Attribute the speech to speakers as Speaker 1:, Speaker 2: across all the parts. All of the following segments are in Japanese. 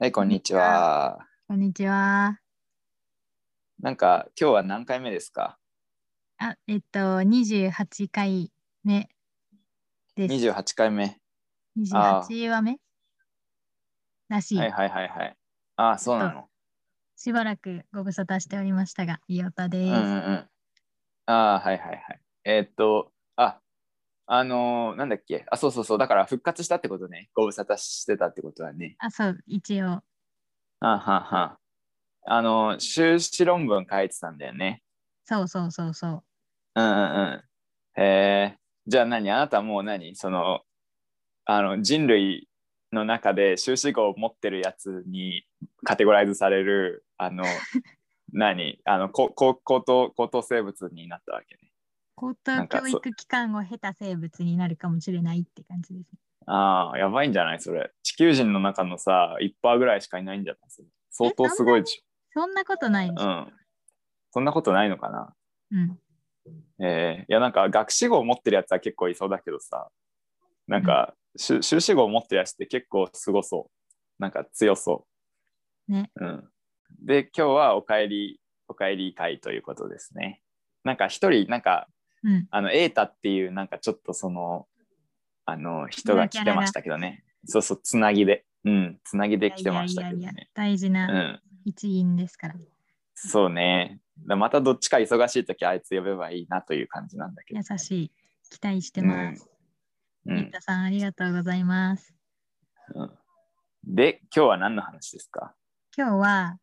Speaker 1: はい、こんにちは。
Speaker 2: こんにちは。
Speaker 1: なんか今日は何回目ですか
Speaker 2: あ、えっと、28回目です。
Speaker 1: ?28 回目。あ
Speaker 2: 28話目らしい、
Speaker 1: はいはいはいはい。ああ、そうなの。
Speaker 2: しばらくご無沙汰しておりましたが、いおたで
Speaker 1: うん
Speaker 2: す。
Speaker 1: うんうん。ああ、はいはいはい。えーっと、ああのーなんだっけ。あ、そうそうそう。だから復活したってことね。ご無沙汰してたってことはね。
Speaker 2: あ、そう、一応。
Speaker 1: あはんはん。あのー修士論文書いてたんだよね。
Speaker 2: そうそうそうそう。
Speaker 1: うんうんうん。へえ。じゃあ何あなたもう何その、あの人類の中で修士号を持ってるやつにカテゴライズされる、あ の、何あの、ここ高等、高等生物になったわけね。
Speaker 2: 高
Speaker 1: な
Speaker 2: 等
Speaker 1: んか
Speaker 2: 教
Speaker 1: そう
Speaker 2: 育機関を経た生物になるかもしれないって感じですね。
Speaker 1: ああ、やばいんじゃないそれ。地球人の中のさ、1%ぐらいしかいないんじゃないそれ相当すごいでし
Speaker 2: そんなことないで
Speaker 1: ょ。う
Speaker 2: しょ。
Speaker 1: ん。そんなことないのかな
Speaker 2: うん。
Speaker 1: えーいやなんか学士号持ってるやつは結構いそうだけどさなんか、しゅ修士号持ってるやつって結構すごそうなんか強そう
Speaker 2: ね、
Speaker 1: うん、で今日はおかえりおかえり会ということですねなんか一人なんか
Speaker 2: うん。
Speaker 1: あの瑛太っていうなんかちょっとそのあの人が来てましたけどねそうそうつなぎでうんつなぎで来てましたけど
Speaker 2: いやいやいや
Speaker 1: ね
Speaker 2: 大事
Speaker 1: う
Speaker 2: なん一員ですから。
Speaker 1: そうねだまたどっちか忙しい時あいつ呼べばいいなという感じなんだけど
Speaker 2: 優しい。期待してます。
Speaker 1: う
Speaker 2: ゆ
Speaker 1: ん
Speaker 2: うたさん、ありがとうございます。
Speaker 1: うんで、今日は何の話ですか
Speaker 2: 今日は、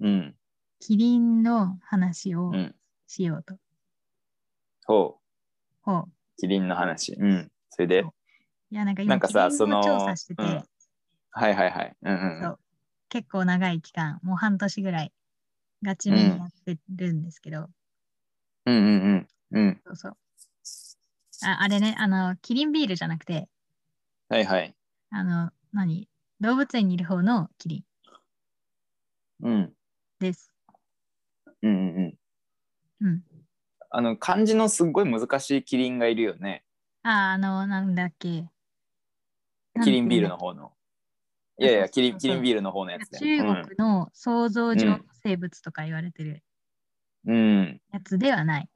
Speaker 1: うん。
Speaker 2: キリンの話を
Speaker 1: うん。
Speaker 2: しようと。
Speaker 1: ほ
Speaker 2: ほう
Speaker 1: う。キリンの話。うん。それで
Speaker 2: そ、いやなんか
Speaker 1: な
Speaker 2: 今
Speaker 1: んか
Speaker 2: キ
Speaker 1: さ、そ
Speaker 2: リン
Speaker 1: の、
Speaker 2: を
Speaker 1: う
Speaker 2: 調査してて、
Speaker 1: ん、はいはいはい。うんうんう
Speaker 2: そ
Speaker 1: ん
Speaker 2: う。結構長い期間もう半年ぐらいガチめにやってるんですけど、
Speaker 1: うんうんうん。うん。
Speaker 2: そうそうああれねあのキリンビールじゃなくて
Speaker 1: はいはい。
Speaker 2: あの何動物園にいる方のキリン
Speaker 1: うん。
Speaker 2: です。
Speaker 1: うんうんうん。
Speaker 2: うん、
Speaker 1: あの、漢字のすっごい難しいキリンがいるよね。
Speaker 2: ああのなんだっけ
Speaker 1: キリンビールの方の。い
Speaker 2: なんて言うんだ
Speaker 1: やいや、キリン、
Speaker 2: そうそうそう
Speaker 1: キリンビールの方のやつだよ
Speaker 2: 中国の創造上生物とか言われてる
Speaker 1: うん。うん。
Speaker 2: やつではない。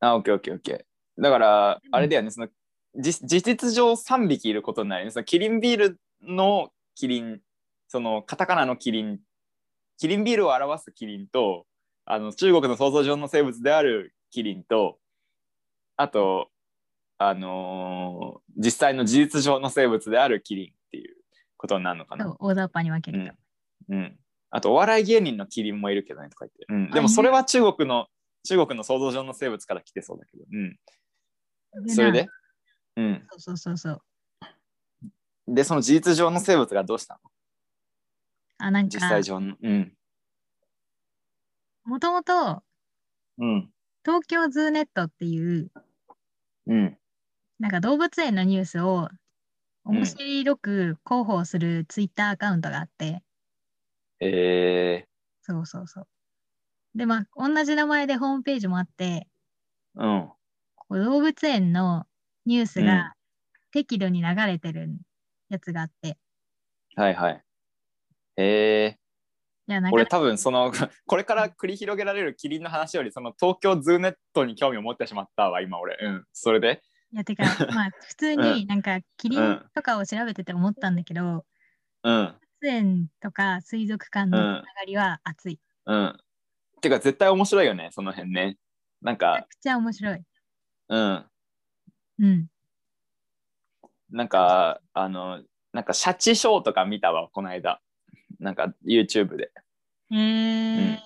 Speaker 1: あ、オッケーオッケーオッケー。だから、あれだよね、その、じ事実上3匹いることになるよね。そのキリンビールのキリン、そのカタカナのキリン、キリンビールを表すキリンと、あの中国の想像上の生物であるキリンと、あと、あのー実際の事実上の生物であるキリンっていうことになるのか
Speaker 2: そ
Speaker 1: な。
Speaker 2: う大雑把に分けると。
Speaker 1: うん。あと、お笑い芸人のキリンもいるけどねとか言って。うん。
Speaker 2: あ
Speaker 1: でも、それは中国の、中国の想像上の生物から来てそうだけど。うん。
Speaker 2: な
Speaker 1: それでうん。
Speaker 2: そうそうそうそう。
Speaker 1: で、その事実上の生物がどうしたの
Speaker 2: あなん
Speaker 1: 実
Speaker 2: か
Speaker 1: 際上の。うん。
Speaker 2: もともと
Speaker 1: うん。
Speaker 2: 東京ズーネットっていう
Speaker 1: うん。
Speaker 2: なんか動物園のニュースを
Speaker 1: うん
Speaker 2: 面白く広報するツイッターアカウントがあって、
Speaker 1: え
Speaker 2: そうそうそう。でまあ同じ名前でホームページもあって
Speaker 1: ー、うん。
Speaker 2: こう動物園のニュースが適度に流れてるやつがあって、
Speaker 1: はいはい。え
Speaker 2: いやな
Speaker 1: ー、
Speaker 2: んか
Speaker 1: 俺多分その これから繰り広げられるキリンの話よりその東京ズーネットに興味を持ってしまったわ今俺うんそれで
Speaker 2: いやてか まあ普通になんかキリンとかを調べてて思ったんだけど、動
Speaker 1: うん
Speaker 2: 物園とか水族館のつながりは熱い。
Speaker 1: うんてか絶対面白いよねその辺ねなん
Speaker 2: めちゃ
Speaker 1: か
Speaker 2: くちゃ面白い。
Speaker 1: うん
Speaker 2: うん。
Speaker 1: なんか、あの、なんか、シャチショーとか見たわ、この間。なんか、YouTube で。
Speaker 2: えー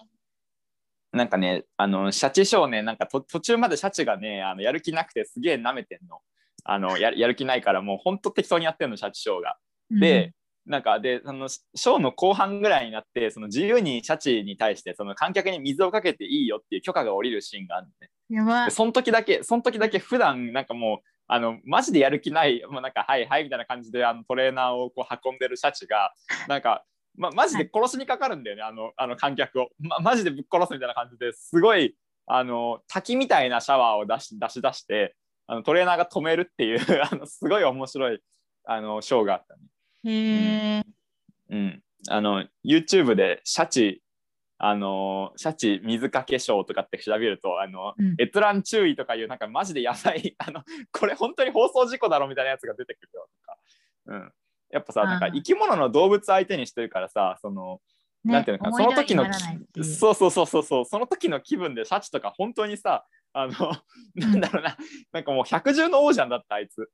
Speaker 1: なんかね、あの、シャチショーね、なんかと、途中までシャチがね、あのやる気なくて、すげえ舐めてんの。あのややる気ないからもうほんと適当にやってんのシャチショーが。
Speaker 2: うん
Speaker 1: で、なんかでそのシショーの後半ぐらいになってその自由にシャチに対してその観客に水をかけていいよっていう許可が下りるシーンがあるのね。
Speaker 2: やば
Speaker 1: で。その時だけ、その時だけ普段なんかもう、あのマジでやる気ない、もうなんか、はいはいみたいな感じであのトレーナーをこう運んでるシャチが、なんか、ま、マジで殺しにかかるんだよね、あのあの観客を、ま。マジでぶっ殺すみたいな感じですごいあの滝みたいなシャワーを出し出し出してあのトレーナーが止めるっていう あのすごい面白いあのショーがあったね。
Speaker 2: へえ。
Speaker 1: うん、あの YouTube でシャチあのシャチ水かけショーとかって調べるとあの
Speaker 2: うん
Speaker 1: 閲覧注意とかいうなんかマジでやばい あのこれ本当に放送事故だろみたいなやつが出てくるよとか、うん、やっぱさ
Speaker 2: あー
Speaker 1: なんか生き物の動物相手にしてるからさその
Speaker 2: ね
Speaker 1: なんていうのかな
Speaker 2: 思い
Speaker 1: その時の
Speaker 2: 通りにならないっていう
Speaker 1: そうそうそうそうそうその時の気分でシャチとか本当にさあの なんだろうななんかもう百獣の王者だったあいつ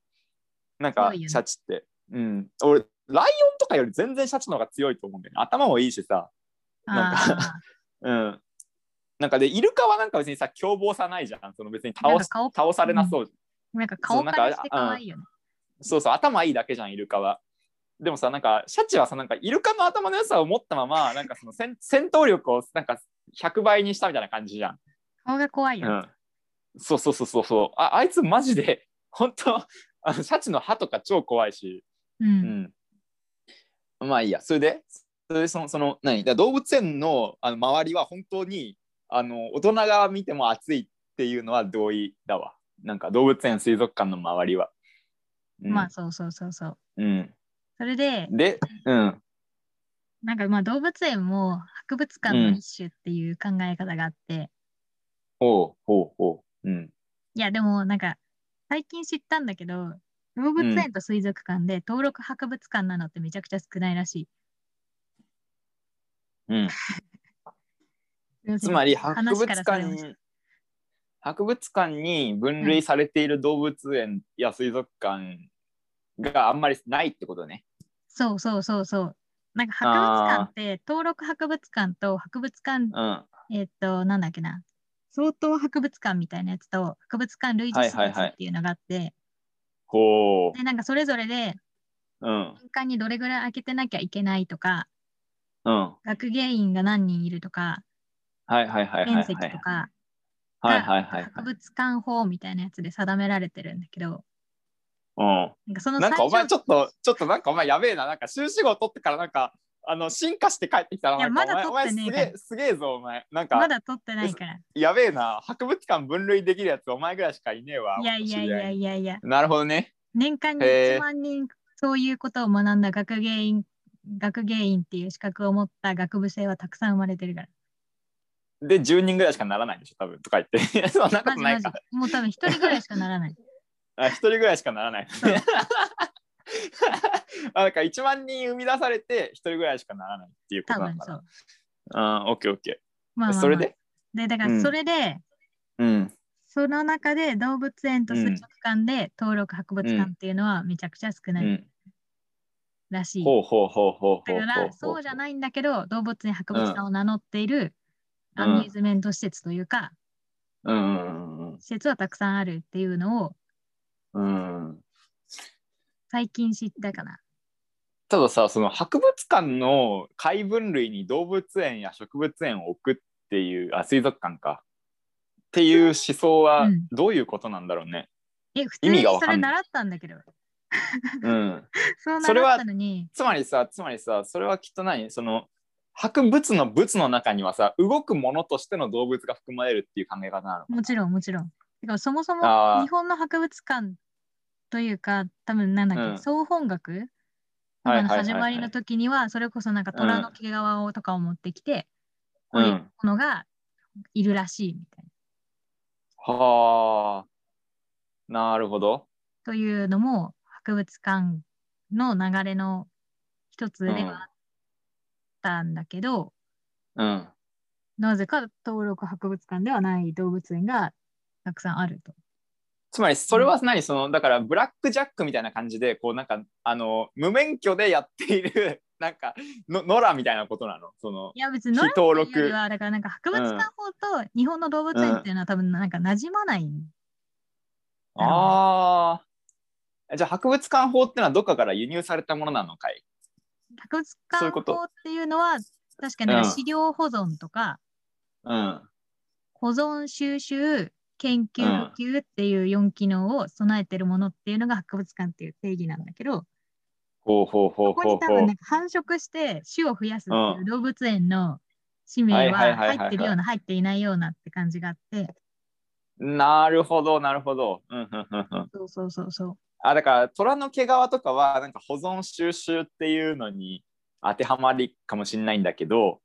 Speaker 1: なん
Speaker 2: す
Speaker 1: か
Speaker 2: ごいよね
Speaker 1: シャチって、うん俺ライオンとかより全然シャチの方が強いと思うんだよね頭もいいしさなん か
Speaker 2: あ
Speaker 1: うんなんかでイルカはなんか別にさ凶暴さないじゃんその別に
Speaker 2: ーなん
Speaker 1: 倒
Speaker 2: か
Speaker 1: し
Speaker 2: 顔
Speaker 1: 倒されなそうじゃん
Speaker 2: なんか顔からして可愛いよね。
Speaker 1: そうそう頭いいだけじゃんイルカは。でもさなんかシャチはさなんかイルカの頭の良さを持ったままなんかその戦戦闘力をなんか100倍にしたみたいな感じじゃん。
Speaker 2: 顔が怖いよ
Speaker 1: う
Speaker 2: ね。
Speaker 1: ん、そうそうそうそうそうああいつマジで 本当あのシャチの歯とか超怖いし、
Speaker 2: う。
Speaker 1: うんん、まあいいやそれでそれでそのその何だから動物園のあの周りは本当にあの大人が見ても暑いっていうのは同意だわなんか動物園水族館の周りは、うん
Speaker 2: まあそうそうそうそう。
Speaker 1: うん、
Speaker 2: それで、
Speaker 1: でうん
Speaker 2: なんかまあ動物園も博物館の一種っていう考え方があって、
Speaker 1: ほうほうほううん
Speaker 2: いやでもなんか最近知ったんだけど、動物園と水族館で登録博物館なのってめちゃくちゃ少ないらしい。
Speaker 1: うんつまり博物館
Speaker 2: 話からそ
Speaker 1: に博物館に分類されている動物園や水族館があんまりないってことね。
Speaker 2: そうそうそうそう。なんか博物館って登録博物館と博物館、
Speaker 1: うん。は
Speaker 2: えっ、と、なんだっけな、相当博物館みたいなやつと博物館類似施設
Speaker 1: はいはいはい
Speaker 2: っていうのがあって、
Speaker 1: ほ
Speaker 2: で、なんかそれぞれで
Speaker 1: う。うん。
Speaker 2: 年間にどれぐらい開けてなきゃいけないとか、
Speaker 1: うん。
Speaker 2: 学芸員が何人いるとか、
Speaker 1: はいはいはいはいは
Speaker 2: 面
Speaker 1: い。
Speaker 2: 積とか
Speaker 1: はいはいはい
Speaker 2: 博物館法みたいなやつで定められてるんだけど、
Speaker 1: はい。
Speaker 2: なんかそ
Speaker 1: うん。
Speaker 2: の
Speaker 1: なんかお前
Speaker 2: 最
Speaker 1: ちょっとちょっとなんかお前やべえななんか修士号取ってからなんかあの進化して帰ってきたななんか
Speaker 2: いやまだ
Speaker 1: お前お前
Speaker 2: 取ってねえ
Speaker 1: すげ
Speaker 2: から
Speaker 1: えすげえぞお前なん
Speaker 2: ま
Speaker 1: か
Speaker 2: だ取ってないから。
Speaker 1: やべえな博物館分類できるやつお前ぐらいしかいねえわ。
Speaker 2: いやいやいやいやいや、
Speaker 1: なるほどね。
Speaker 2: 年間に
Speaker 1: へー
Speaker 2: 1万人そういうことを学んだ学芸員、学芸員っていう資格を持った学部生はたくさん生まれてるから。
Speaker 1: で10人ぐらいしかならないでしょ多分とか言って そんなこと
Speaker 2: マジ
Speaker 1: な
Speaker 2: マ
Speaker 1: い
Speaker 2: ジ
Speaker 1: か。
Speaker 2: もう多分一人ぐらいしかならない。
Speaker 1: あ一人ぐらいしかならない
Speaker 2: そう。
Speaker 1: あなんか1万人生み出されて一人ぐらいしかならないっていうこ
Speaker 2: 多
Speaker 1: とな
Speaker 2: 分
Speaker 1: のか
Speaker 2: そ
Speaker 1: な。
Speaker 2: う。
Speaker 1: あーオッケーオッケ
Speaker 2: まあまあま
Speaker 1: ー。
Speaker 2: あ
Speaker 1: それで
Speaker 2: で、だか
Speaker 1: う
Speaker 2: ら
Speaker 1: ん
Speaker 2: それで、
Speaker 1: うん。
Speaker 2: その中で動物園と水族館で登録博物館っていうのはめちゃくちゃ少
Speaker 1: う
Speaker 2: ない
Speaker 1: ん。
Speaker 2: らしい。
Speaker 1: ほうほうほうほうほうほうほう。
Speaker 2: だからそうじゃ
Speaker 1: い。
Speaker 2: ないんだけど動物園博物館を名乗っている
Speaker 1: うん
Speaker 2: アミューズメント施設というか、
Speaker 1: うんうん
Speaker 2: 施設はたくさんあるっていうのを
Speaker 1: うんうん。
Speaker 2: 最近知ったかな。
Speaker 1: たださその博物館の解分類に動物園や植物園を置くっていうあ水族館かっていう思想は
Speaker 2: うん
Speaker 1: どういうことなんだろうね。
Speaker 2: え、普
Speaker 1: 意
Speaker 2: 通
Speaker 1: 味
Speaker 2: に
Speaker 1: がわ
Speaker 2: そ
Speaker 1: か
Speaker 2: れ
Speaker 1: んない
Speaker 2: 習ったんだけど、
Speaker 1: うん。
Speaker 2: そう
Speaker 1: それは
Speaker 2: 習ったのに、
Speaker 1: つまりさつまりさそれはきっと何その博物の物の中にはさ動くものとしての動物が含まれるっていう考え方なの
Speaker 2: もちろんもちろん。てかそもそも
Speaker 1: あー
Speaker 2: 日本の博物館というか、多分なんだっけ、
Speaker 1: うん
Speaker 2: 総本学と
Speaker 1: はい
Speaker 2: か
Speaker 1: はいはいは
Speaker 2: の
Speaker 1: い
Speaker 2: 始まりの時には、それこそなんか虎の毛皮をとかを持ってきて、こう
Speaker 1: う
Speaker 2: いう
Speaker 1: ん
Speaker 2: ものがいるらしいみたいな。
Speaker 1: はあなるほど
Speaker 2: というのも博物館の流れの一つではあったんだけど、
Speaker 1: うん
Speaker 2: なぜか登録博物館ではない動物園がたくさんあると。
Speaker 1: つまりそれは何そのだからブラックジャックみたいな感じでこうなんかあの無免許でやっている なんかの野良みたいなことなのその
Speaker 2: いや別に
Speaker 1: 非
Speaker 2: 野良
Speaker 1: 登
Speaker 2: というより
Speaker 1: 録
Speaker 2: はだからなんか博物館法と日本の動物園っていうのは多分なんか馴染まない。なるほど
Speaker 1: ああじゃあ博物館法ってのはどっかから輸入されたものなのかい
Speaker 2: 博物
Speaker 1: そうい
Speaker 2: 館
Speaker 1: うこと
Speaker 2: 法っていうのは確かになんか
Speaker 1: うん
Speaker 2: 資料保存とか
Speaker 1: うん
Speaker 2: 保存収集研
Speaker 1: うん
Speaker 2: 究普及っていう4機能を備えてるものっていうのが博物館っていう定義なんだけど、
Speaker 1: ほうほうほうほう
Speaker 2: ここに多
Speaker 1: ほう
Speaker 2: 分なんか繁殖して種を増やすっていう動物園の氏名は
Speaker 1: はいはいはいはいはい
Speaker 2: 入ってるような入っていないようなって感じがあって、
Speaker 1: なるほど、なるほど。うんうんうんうん
Speaker 2: そうそうそうそう。
Speaker 1: あだから虎の毛皮とかはなんか保存収集っていうのに当てはまりかもしれないんだけど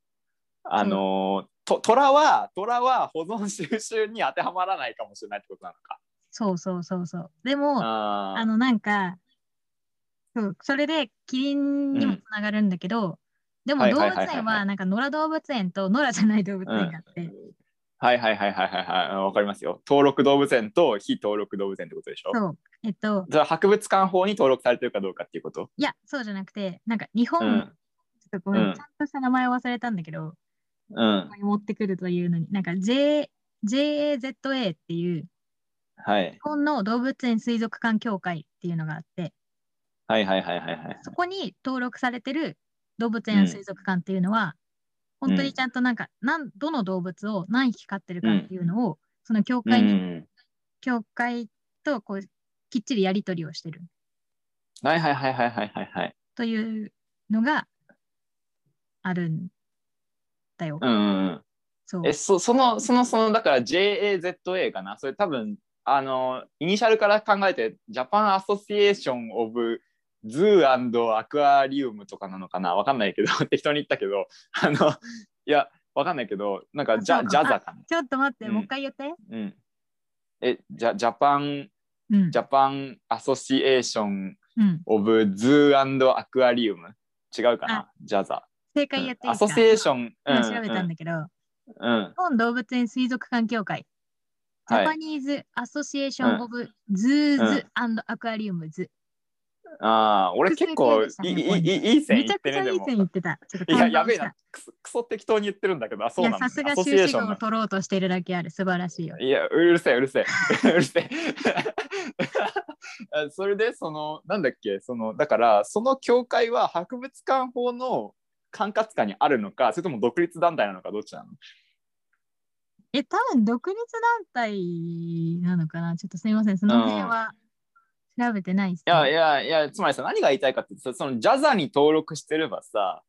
Speaker 1: あのーと虎は虎は保存収集に当てはまらないかもしれないってことなのか。
Speaker 2: そうそうそうそう。でも、
Speaker 1: あ
Speaker 2: あ
Speaker 1: ー
Speaker 2: のなんかそうそれでキリンにも
Speaker 1: うん
Speaker 2: つながるんだけど、でも
Speaker 1: はい
Speaker 2: 動
Speaker 1: はい
Speaker 2: 物
Speaker 1: はいはいはい
Speaker 2: 園はなんか野良動物園と野良じゃない動物園があって、
Speaker 1: はいはいはいはいはいはいあわかりますよ。登録動物園と非登録動物園ってことでしょ。
Speaker 2: そうえっと
Speaker 1: じゃあ博物館法に登録されてるかどうかっていうこと。
Speaker 2: いやそうじゃなくてなんか日本、
Speaker 1: うん
Speaker 2: ちょっとごめん、
Speaker 1: うん
Speaker 2: ちゃんとした名前を忘れたんだけど
Speaker 1: うん
Speaker 2: ここに持ってくるというのになんか J JAZA っていう日
Speaker 1: はい
Speaker 2: 本の動物園水族館協会っていうのがあって
Speaker 1: はいはいはいはいはい。
Speaker 2: そこに登録されてる動物園や水族館っていうのは、
Speaker 1: うん
Speaker 2: 本当にちゃんとなんか、なんどの動物を何匹飼ってるかっていうのを、その協
Speaker 1: うんう
Speaker 2: 会に、
Speaker 1: ん
Speaker 2: 協会とこうきっちりやり取りをしてる
Speaker 1: はいはいはいはいはいはいはい。
Speaker 2: というのがあるんだよ。
Speaker 1: うんうんうん。
Speaker 2: そう
Speaker 1: えそそのそのそのだから JAZA かなそれ多分あのイニシャルから考えてジャパンアソシエーション・オブ・ズーアクアリウムとかなのかなわかんないけど 適当に言ったけどあのいやわかんないけどなんかジャ
Speaker 2: あそう
Speaker 1: ジ
Speaker 2: か
Speaker 1: ャザかな
Speaker 2: ちょっと待って、
Speaker 1: うん
Speaker 2: もう一回言って。
Speaker 1: うんえジャジャパン
Speaker 2: うん
Speaker 1: ジャパンアソシエーション・
Speaker 2: うん、
Speaker 1: オブ・ズーアクアリウム違うかなジャザ、
Speaker 2: 正
Speaker 1: うん
Speaker 2: 解やっていい
Speaker 1: ア
Speaker 2: ですか
Speaker 1: ソシエーション、うん
Speaker 2: 今調べたんだけど、
Speaker 1: うんうん
Speaker 2: 日本動物園水族館協会、ジ
Speaker 1: は
Speaker 2: ャ
Speaker 1: い
Speaker 2: パニーズ・アソシエーショ
Speaker 1: うん
Speaker 2: ン・オブ・ズーズ
Speaker 1: う・
Speaker 2: アクアリウムズ。
Speaker 1: ああ、俺結構い
Speaker 2: 複数
Speaker 1: いい
Speaker 2: 形でしたね
Speaker 1: いいい線
Speaker 2: め
Speaker 1: いっ
Speaker 2: ちゃ
Speaker 1: て
Speaker 2: くち
Speaker 1: る
Speaker 2: ゃ
Speaker 1: ね
Speaker 2: いい
Speaker 1: でも。
Speaker 2: 線言ってた。ちょっと
Speaker 1: いや、
Speaker 2: 感動
Speaker 1: やべえ
Speaker 2: し
Speaker 1: な
Speaker 2: た。
Speaker 1: クソ、クソ適当に言ってるんだけど、あ、そう
Speaker 2: い
Speaker 1: な
Speaker 2: や、
Speaker 1: の。
Speaker 2: さす
Speaker 1: ア
Speaker 2: が
Speaker 1: ソシエー
Speaker 2: 修士
Speaker 1: ション
Speaker 2: 号を
Speaker 1: な
Speaker 2: 取ろうとしてるだけある。素晴らしいよ。
Speaker 1: の。いや、うるせえ、うるせえ。う るせえ。あそれで、その、なんだっけ、その、だから、その教会は博物館法の管轄下にあるのか、それとも独立団体なのか、どっちなの
Speaker 2: え、多分独立団体なのかなちょっとすみません。その辺は調べてないっす、
Speaker 1: いやいやいや、つまりさ、何が言いたいかって、そその、ジャザに登録してればさ、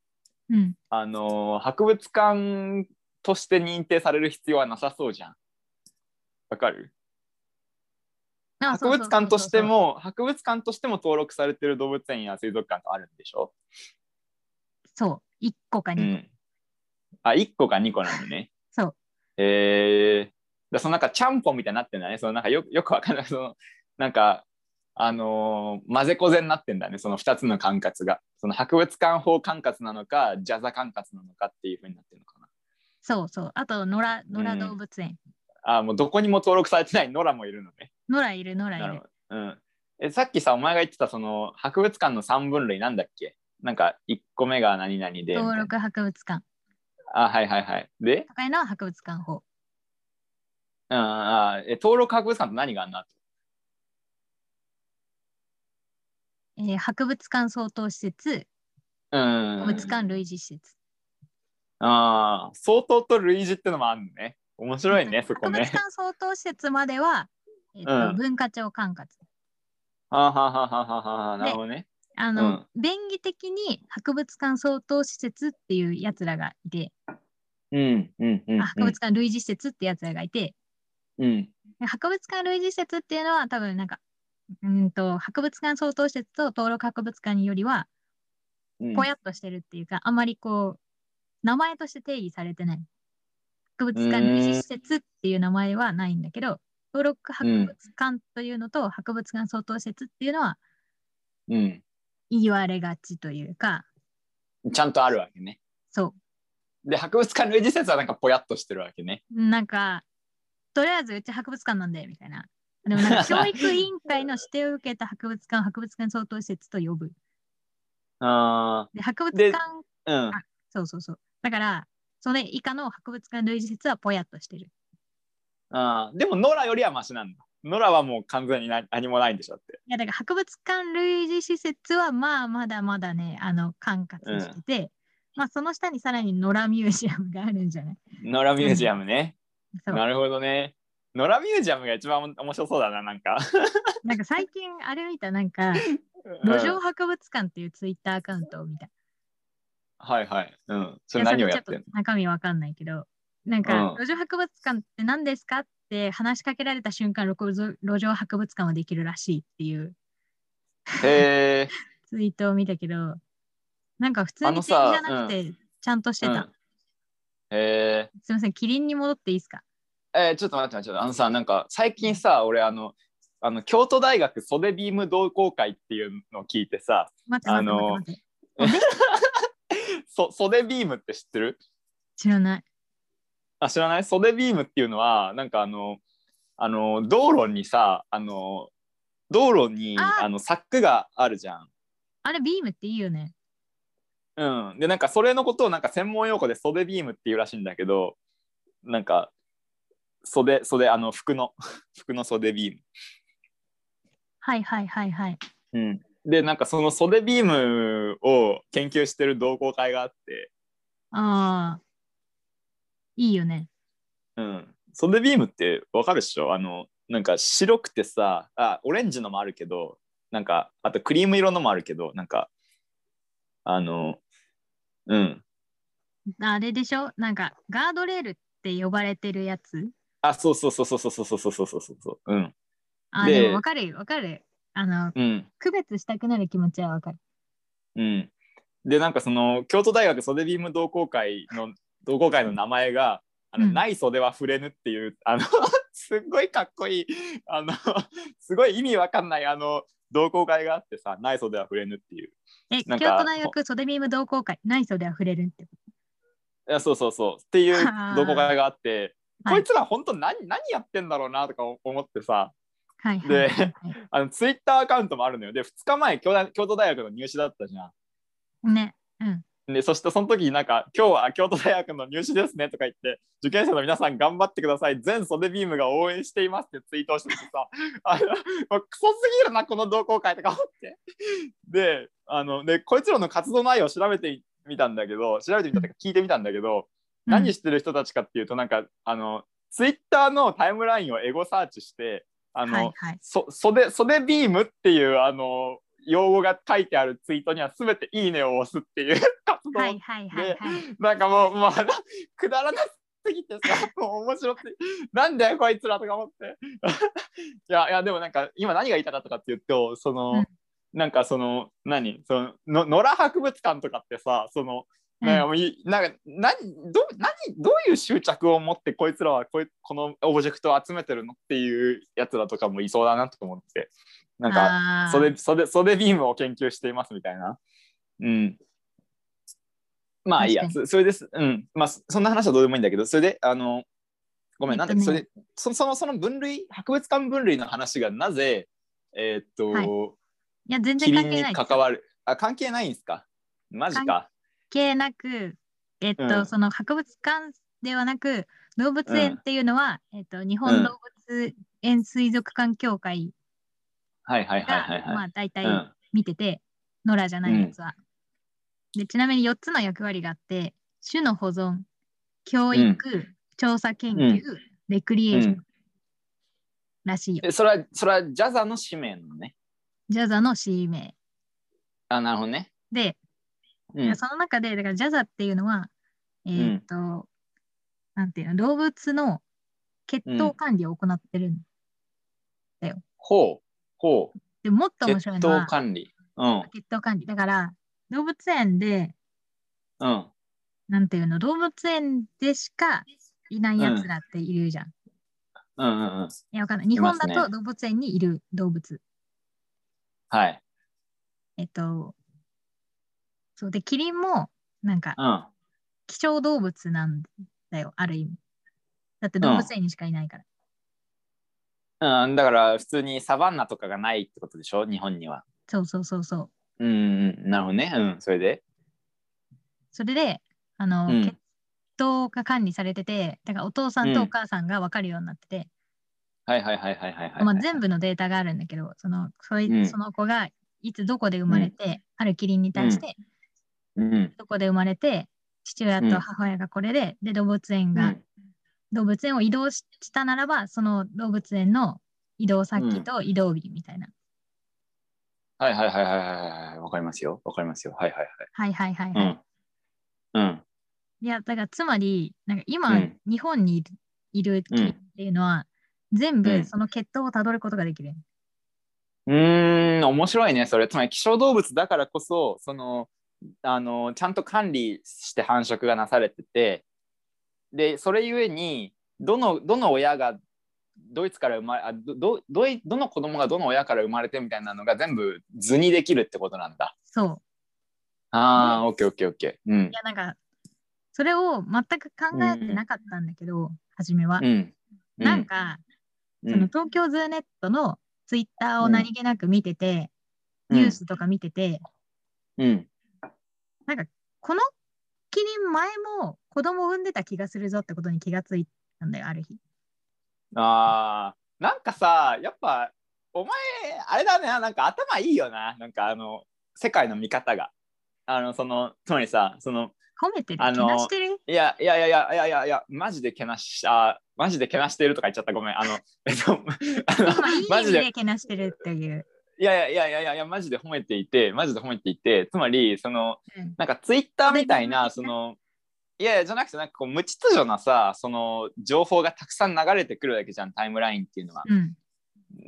Speaker 2: うん。
Speaker 1: あのー博物館として認定される必要はなさそうじゃん。わかる
Speaker 2: あ
Speaker 1: 博物館として。も博物館としても登録されてる動物園や水族館があるんでしょ、
Speaker 2: そうそうそうそう、一個か
Speaker 1: う
Speaker 2: に。
Speaker 1: ん、あ1個か2個なのね
Speaker 2: そう。
Speaker 1: えー、だそのなんかちゃんぽんみたいになってんだねそのなんかよよくわかんないそのなんかあのー混ぜこぜになってんだねその2つの管轄がその博物館法管轄なのかジャザ管轄なのかっていうふうになってるのかな
Speaker 2: そうそう。あと、野良、野良動物園。
Speaker 1: あーもうどこにも登録されてない野良もいるのね
Speaker 2: 野良いる、野良
Speaker 1: ないる
Speaker 2: る
Speaker 1: ほ。ど。うん。え、さっきさ、お前が言ってた、その、博物館の3分類なんだっけなんか、1個目が何々で。みたいな
Speaker 2: 登録博物館。
Speaker 1: あ、はいはいはい。で、
Speaker 2: 高いのは博物館法。
Speaker 1: うん、あえ登録博物館と何があんな
Speaker 2: えー博物館相当施設、
Speaker 1: うん。
Speaker 2: 博物館類似施設。
Speaker 1: ああ、相当と類似ってのもあるのね。面白いね、そこ
Speaker 2: 博物
Speaker 1: ね。
Speaker 2: 館相当施設までは、えっと
Speaker 1: うん
Speaker 2: 文化庁管轄。
Speaker 1: あはははははなるほどね。
Speaker 2: あの、便宜的に博物館相当施設っていうやつらがいて、
Speaker 1: うん、うん、うん。
Speaker 2: あ博物館類似施設ってやつらがいて、
Speaker 1: うん。
Speaker 2: で博物館類似施設っていうのは多分なんか、うーんと博物館相当施設と登録博物館よりは
Speaker 1: うん。
Speaker 2: ぽやっとしてるっていうか、あまりこう名前として定義されてない博物館類似施設っていう名前はないんだけど登録博物館というのと博物館相当施設っていうのは
Speaker 1: うん。
Speaker 2: 言われがちというか
Speaker 1: ちゃんとあるわけね。
Speaker 2: そ
Speaker 1: で、博物館類似施設はなんかぽやっとしてるわけね。
Speaker 2: うなんかとりあえずうち博物館なんでみたいなでもなんか教育委員会の指定を受けた博物館を博物館相当施設と呼ぶ
Speaker 1: あ
Speaker 2: で博物
Speaker 1: で
Speaker 2: 館
Speaker 1: あ、うん。
Speaker 2: そうそうそうだからそれ以下の博物館類似施設はぽやっとしてる
Speaker 1: あーでもノラよりはマシなんだ。ノラはもう完全に何何もないんでしょだって。
Speaker 2: いやだから博物館類似施設はまあまだまだねあの管轄してて、まあその下にさらに野良ミュージアムがあるんじゃない
Speaker 1: ノラミュージアムね。
Speaker 2: そう
Speaker 1: なるほどね。ノラミュージアムが一番面白そうだな、なん か。
Speaker 2: なんか最近あれ見たなんか
Speaker 1: うん
Speaker 2: 路上博物館っていうツイッターアカウントを見た
Speaker 1: はいはい。うん。それ
Speaker 2: いやそ
Speaker 1: 何
Speaker 2: れ
Speaker 1: を
Speaker 2: ち
Speaker 1: や
Speaker 2: ょ
Speaker 1: っ
Speaker 2: ってと
Speaker 1: んの
Speaker 2: 中身わかんないけど、なん
Speaker 1: う
Speaker 2: か
Speaker 1: ん、
Speaker 2: 路上博物館って何ですかって話しかけられた瞬間、路上路上博物館はできるらしいっていう
Speaker 1: へえ。
Speaker 2: ツイートを見たけど、なんか普通
Speaker 1: あ
Speaker 2: に
Speaker 1: の
Speaker 2: ツイート
Speaker 1: さ
Speaker 2: じゃなくて、ちゃんとして
Speaker 1: う
Speaker 2: た。
Speaker 1: んへ
Speaker 2: すみません、キリンに戻っていいですか
Speaker 1: え。えー、ちょっと待って待って待って。あのさ、なんか最近さ、俺あの、あの京都大学袖ビーム同好会っていうのを聞いてさ、
Speaker 2: 待って
Speaker 1: あ
Speaker 2: 待っ
Speaker 1: の
Speaker 2: て待って待って。
Speaker 1: そ袖ビームって知ってる
Speaker 2: 知らない。
Speaker 1: あ知らない袖ビームっていうのはなんかあのあの道路にさあの道路に
Speaker 2: あ
Speaker 1: あのサックがあるじゃん。
Speaker 2: あれ、ビームっていいよね。
Speaker 1: うん、でなんかそれのことをなんか専門用語で袖ビームっていうらしいんだけどなんか袖袖あの服の 服の袖ビ
Speaker 2: はいはいはいはい。
Speaker 1: ーム。うん、でなんかその袖ビームを研究してる同好会があって、
Speaker 2: ああ、いいよね。
Speaker 1: うん、袖ビームってわかるっしょあのなんか白くてさあオレンジのもあるけどなんかあとクリーム色のもあるけどなんかあのうん
Speaker 2: あれでしょなんか、ガードレールって呼ばれてるやつ。
Speaker 1: あそうそうそうそうそうそうそうそうそうそううん
Speaker 2: あー、
Speaker 1: で
Speaker 2: でもわかるよわかる。あの、
Speaker 1: うん
Speaker 2: 区別したくなる気持ちはわかる。
Speaker 1: うん、でなんかその京都大学袖ビーム同好会の同好会の名前が「あの
Speaker 2: うん
Speaker 1: ない袖は触れぬ」っていうあの すっごいかっこいいあのすごい意味わかんないあの同好会があってさ「ない袖は触れぬ」っていう
Speaker 2: え、
Speaker 1: な
Speaker 2: 京
Speaker 1: んか
Speaker 2: 都大学袖ビーム同好会、ない袖あふれるってこ
Speaker 1: いやそうそうそうっていう
Speaker 2: はあ
Speaker 1: 同好会があって。
Speaker 2: はい
Speaker 1: こいつら本当何何やってんだろうなとか思ってさ
Speaker 2: と。はいはい
Speaker 1: で
Speaker 2: はい
Speaker 1: あのツイッターアカウントもあるのよで2日前京大京都大学の入試だったじゃん
Speaker 2: はい。 ね。
Speaker 1: でそしてその時になんか「今日は京都大学の入試ですね」とか言って「受験生の皆さん頑張ってください全袖ビームが応援しています」ってツイートをしててさ あのもうクソすぎるなこの同好会とか思ってであのでこいつらの活動内容を調べてみたんだけど調べてみたとか聞いてみたんだけど、何してる人たちかっていうとなんかあのツイッターのタイムラインをエゴサーチしてあ
Speaker 2: うん
Speaker 1: の、
Speaker 2: はいはい。
Speaker 1: そ袖袖ビームっていうあの用語が書いてあるツイートには全て「いいね」を押すっていう 活動、
Speaker 2: はいはいはいはい。
Speaker 1: なんかもう、 まあ、なくだらなすぎてさもう面白くてなんだよこいつらとか思って いやいやでもなんか今何が言いたかったかっていうとその、
Speaker 2: うん
Speaker 1: なんかその何そのの野良博物館とかってさその
Speaker 2: うん
Speaker 1: なんかもういなんか何ど何どういう執着を持ってこいつらはこいこのオブジェクトを集めてるのっていうやつらとかもいそうだなと思ってなんか
Speaker 2: あー
Speaker 1: 袖袖袖ビームを研究していますみたいなうんまあいいや
Speaker 2: 確か
Speaker 1: そそれですうんまあそそんな話はどうでもいいんだけどそれであのごめん、
Speaker 2: えっ
Speaker 1: なん
Speaker 2: と
Speaker 1: だ
Speaker 2: ね
Speaker 1: っけそれでそそのその分類博物館分類の話がなぜえーっと、
Speaker 2: はいいや、全
Speaker 1: キリ
Speaker 2: 然関
Speaker 1: ン
Speaker 2: 係
Speaker 1: に
Speaker 2: ない。関
Speaker 1: 関わるあ関係ないんですかマジか
Speaker 2: 係なく、えっと、
Speaker 1: うん
Speaker 2: その博物館ではなく、動物園っていうのは、えっと、
Speaker 1: う
Speaker 2: 日
Speaker 1: ん
Speaker 2: 本動物園水族館協会
Speaker 1: はいはいはい
Speaker 2: が、
Speaker 1: はいはい、
Speaker 2: まあ、大体
Speaker 1: うん
Speaker 2: 見てて、野良じゃないやつは、で。ちなみに4つの役割があって、種の保存、教育、調査研究、
Speaker 1: うん
Speaker 2: レクリエーショ
Speaker 1: う
Speaker 2: ンらしいよ。
Speaker 1: えそれはそれはジャザの使命なのね
Speaker 2: ジャザの使命。
Speaker 1: あなるほどね
Speaker 2: で、
Speaker 1: うん
Speaker 2: その中で、だからジャザっていうのは、えーっと、なんていうの、動物の血統管理を行ってるの、
Speaker 1: ほうほう
Speaker 2: で、もっと面
Speaker 1: 血
Speaker 2: 白いのは
Speaker 1: 統管理うん
Speaker 2: 血統管理。だから、動物園で、
Speaker 1: うん
Speaker 2: なんていうの、動物園でしかいないやつらっているじゃん。
Speaker 1: うんうんうん
Speaker 2: いや、わかんない。日本だ
Speaker 1: います
Speaker 2: と動物園にいる動物。
Speaker 1: はい
Speaker 2: えっと、そうで、キリンも、なんか、
Speaker 1: うん
Speaker 2: 希少動物なんだよ、ある意味。だって動物園にしかいないから。
Speaker 1: うん、だから普通にサバンナとかがないってことでしょ日本には。
Speaker 2: そうそうそうそう。
Speaker 1: うんうん、なるほどね。うん、それで。
Speaker 2: それで、あの、
Speaker 1: うん
Speaker 2: 血統が管理されてて、だからお父さんとお母さんが分かるようになってて、
Speaker 1: はいはいはいはいはいはい。
Speaker 2: まあ、全部のデータがあるんだけど、そのそい
Speaker 1: うん
Speaker 2: その子がいつどこで生まれて、あるキリンに対して、
Speaker 1: うん。
Speaker 2: どこで生まれて、父親と母親がこれで、で、動物園
Speaker 1: う
Speaker 2: が、
Speaker 1: ん。
Speaker 2: 動物園を移動ししたならば、その動物園の移動
Speaker 1: うん
Speaker 2: 先と移動日みたいな。
Speaker 1: はいはいはいはいはいはい。わかりますよ。わかりますよ。はいはい
Speaker 2: はいはいはい
Speaker 1: は。
Speaker 2: はいい。
Speaker 1: うん。うん。
Speaker 2: いや、だからつまり、なんか今、
Speaker 1: うん
Speaker 2: 日本にいるいるキリンっていうのは、全
Speaker 1: う
Speaker 2: 部
Speaker 1: ん
Speaker 2: その血統をたどることができる。
Speaker 1: うーん、面白いね、それ。つまり希少動物だからこそ、その、あの、ちゃんと管理して繁殖がなされてて、で、それゆえに、どの、どの親が、ドイツから生まれあどどどいどの子供がどの親から生まれてみたいなのが全部図にできるってことなんだ。
Speaker 2: そう。
Speaker 1: ああ、
Speaker 2: ね
Speaker 1: オッケーオッケーオッケー。うん
Speaker 2: い。や、なんか、それを全く考えてなかったんだけど、初めは。
Speaker 1: うん。う
Speaker 2: なん、か、
Speaker 1: うん
Speaker 2: その東京ズーネットのツイッターを何気なく見てて、ニュースとか見てて、
Speaker 1: うん。
Speaker 2: このキリン前も子供を産んでた気がするぞってことに気がついたんだよ、ある日。
Speaker 1: ああ、なんかさ、やっぱ、お前、あれだね、なんか頭いいよな、なんかあの、世界の見方が。あの、その、つまりさ、その、
Speaker 2: 褒めてる、
Speaker 1: あ
Speaker 2: 気
Speaker 1: の
Speaker 2: なし てる
Speaker 1: いやいやいやいやいやいやいや、マジでけなし、あーマジでけなしてるとか言っちゃった、ごめん。あの、 えっと、あの
Speaker 2: 今いい意
Speaker 1: マ
Speaker 2: 味
Speaker 1: ジで、
Speaker 2: でけなしてるっていう。
Speaker 1: いやいやいやいやいや、マジで褒めていて、マジで褒めていて、つまり、その、
Speaker 2: うん
Speaker 1: なんかツイッターみたいな、
Speaker 2: そ
Speaker 1: そ
Speaker 2: れで
Speaker 1: の、いやいや、じゃなくて、なんかこう、無秩序なさ、その、情報がたくさん流れてくるわけじゃん、タイムラインっていうのは。
Speaker 2: うん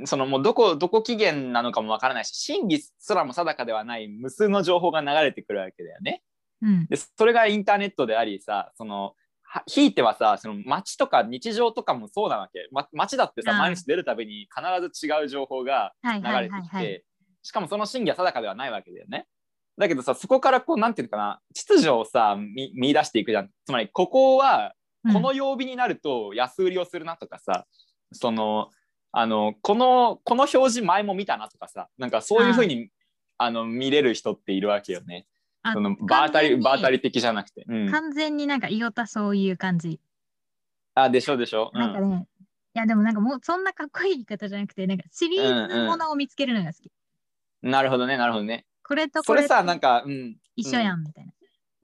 Speaker 1: そのもうどこどこ期限なのかもわからないし真偽すらも定かではない無数の情報が流れてくるわけだよね。
Speaker 2: うん
Speaker 1: でそれがインターネットでありさそのはひいてはさその街とか日常とかもそうなわけ、ま、街だってさ
Speaker 2: ああ
Speaker 1: 毎日出るたびに必ず違う情報が
Speaker 2: はい
Speaker 1: 流
Speaker 2: は
Speaker 1: れ
Speaker 2: い
Speaker 1: て
Speaker 2: はい
Speaker 1: き
Speaker 2: はい。
Speaker 1: てしかもその真偽は定かではないわけだよね。だけどさそこからこうなんていうのかな秩序をさ見見出していくじゃんつまりここは
Speaker 2: うん
Speaker 1: この曜日になると安売りをするなとかさ、そのあのこのこの表示前も見たなとかさなんかそういうふうにあの見れる人っているわけよね。
Speaker 2: あ
Speaker 1: そのバータ
Speaker 2: 完全
Speaker 1: リ
Speaker 2: に
Speaker 1: バータリ的じゃなくて。うん、
Speaker 2: 完全になんかイオタそういう感じ。
Speaker 1: あでしょでしょ。う
Speaker 2: なんか
Speaker 1: ん、
Speaker 2: ね、いやでもなんかもうそんなかっこいい言い方じゃなくて、なんかシリーズものを見つけるのが好き。
Speaker 1: なるほどねなるほどね。
Speaker 2: これと
Speaker 1: そ
Speaker 2: こ
Speaker 1: れ
Speaker 2: れと
Speaker 1: さなんか、うん、
Speaker 2: 一緒やんみたいな。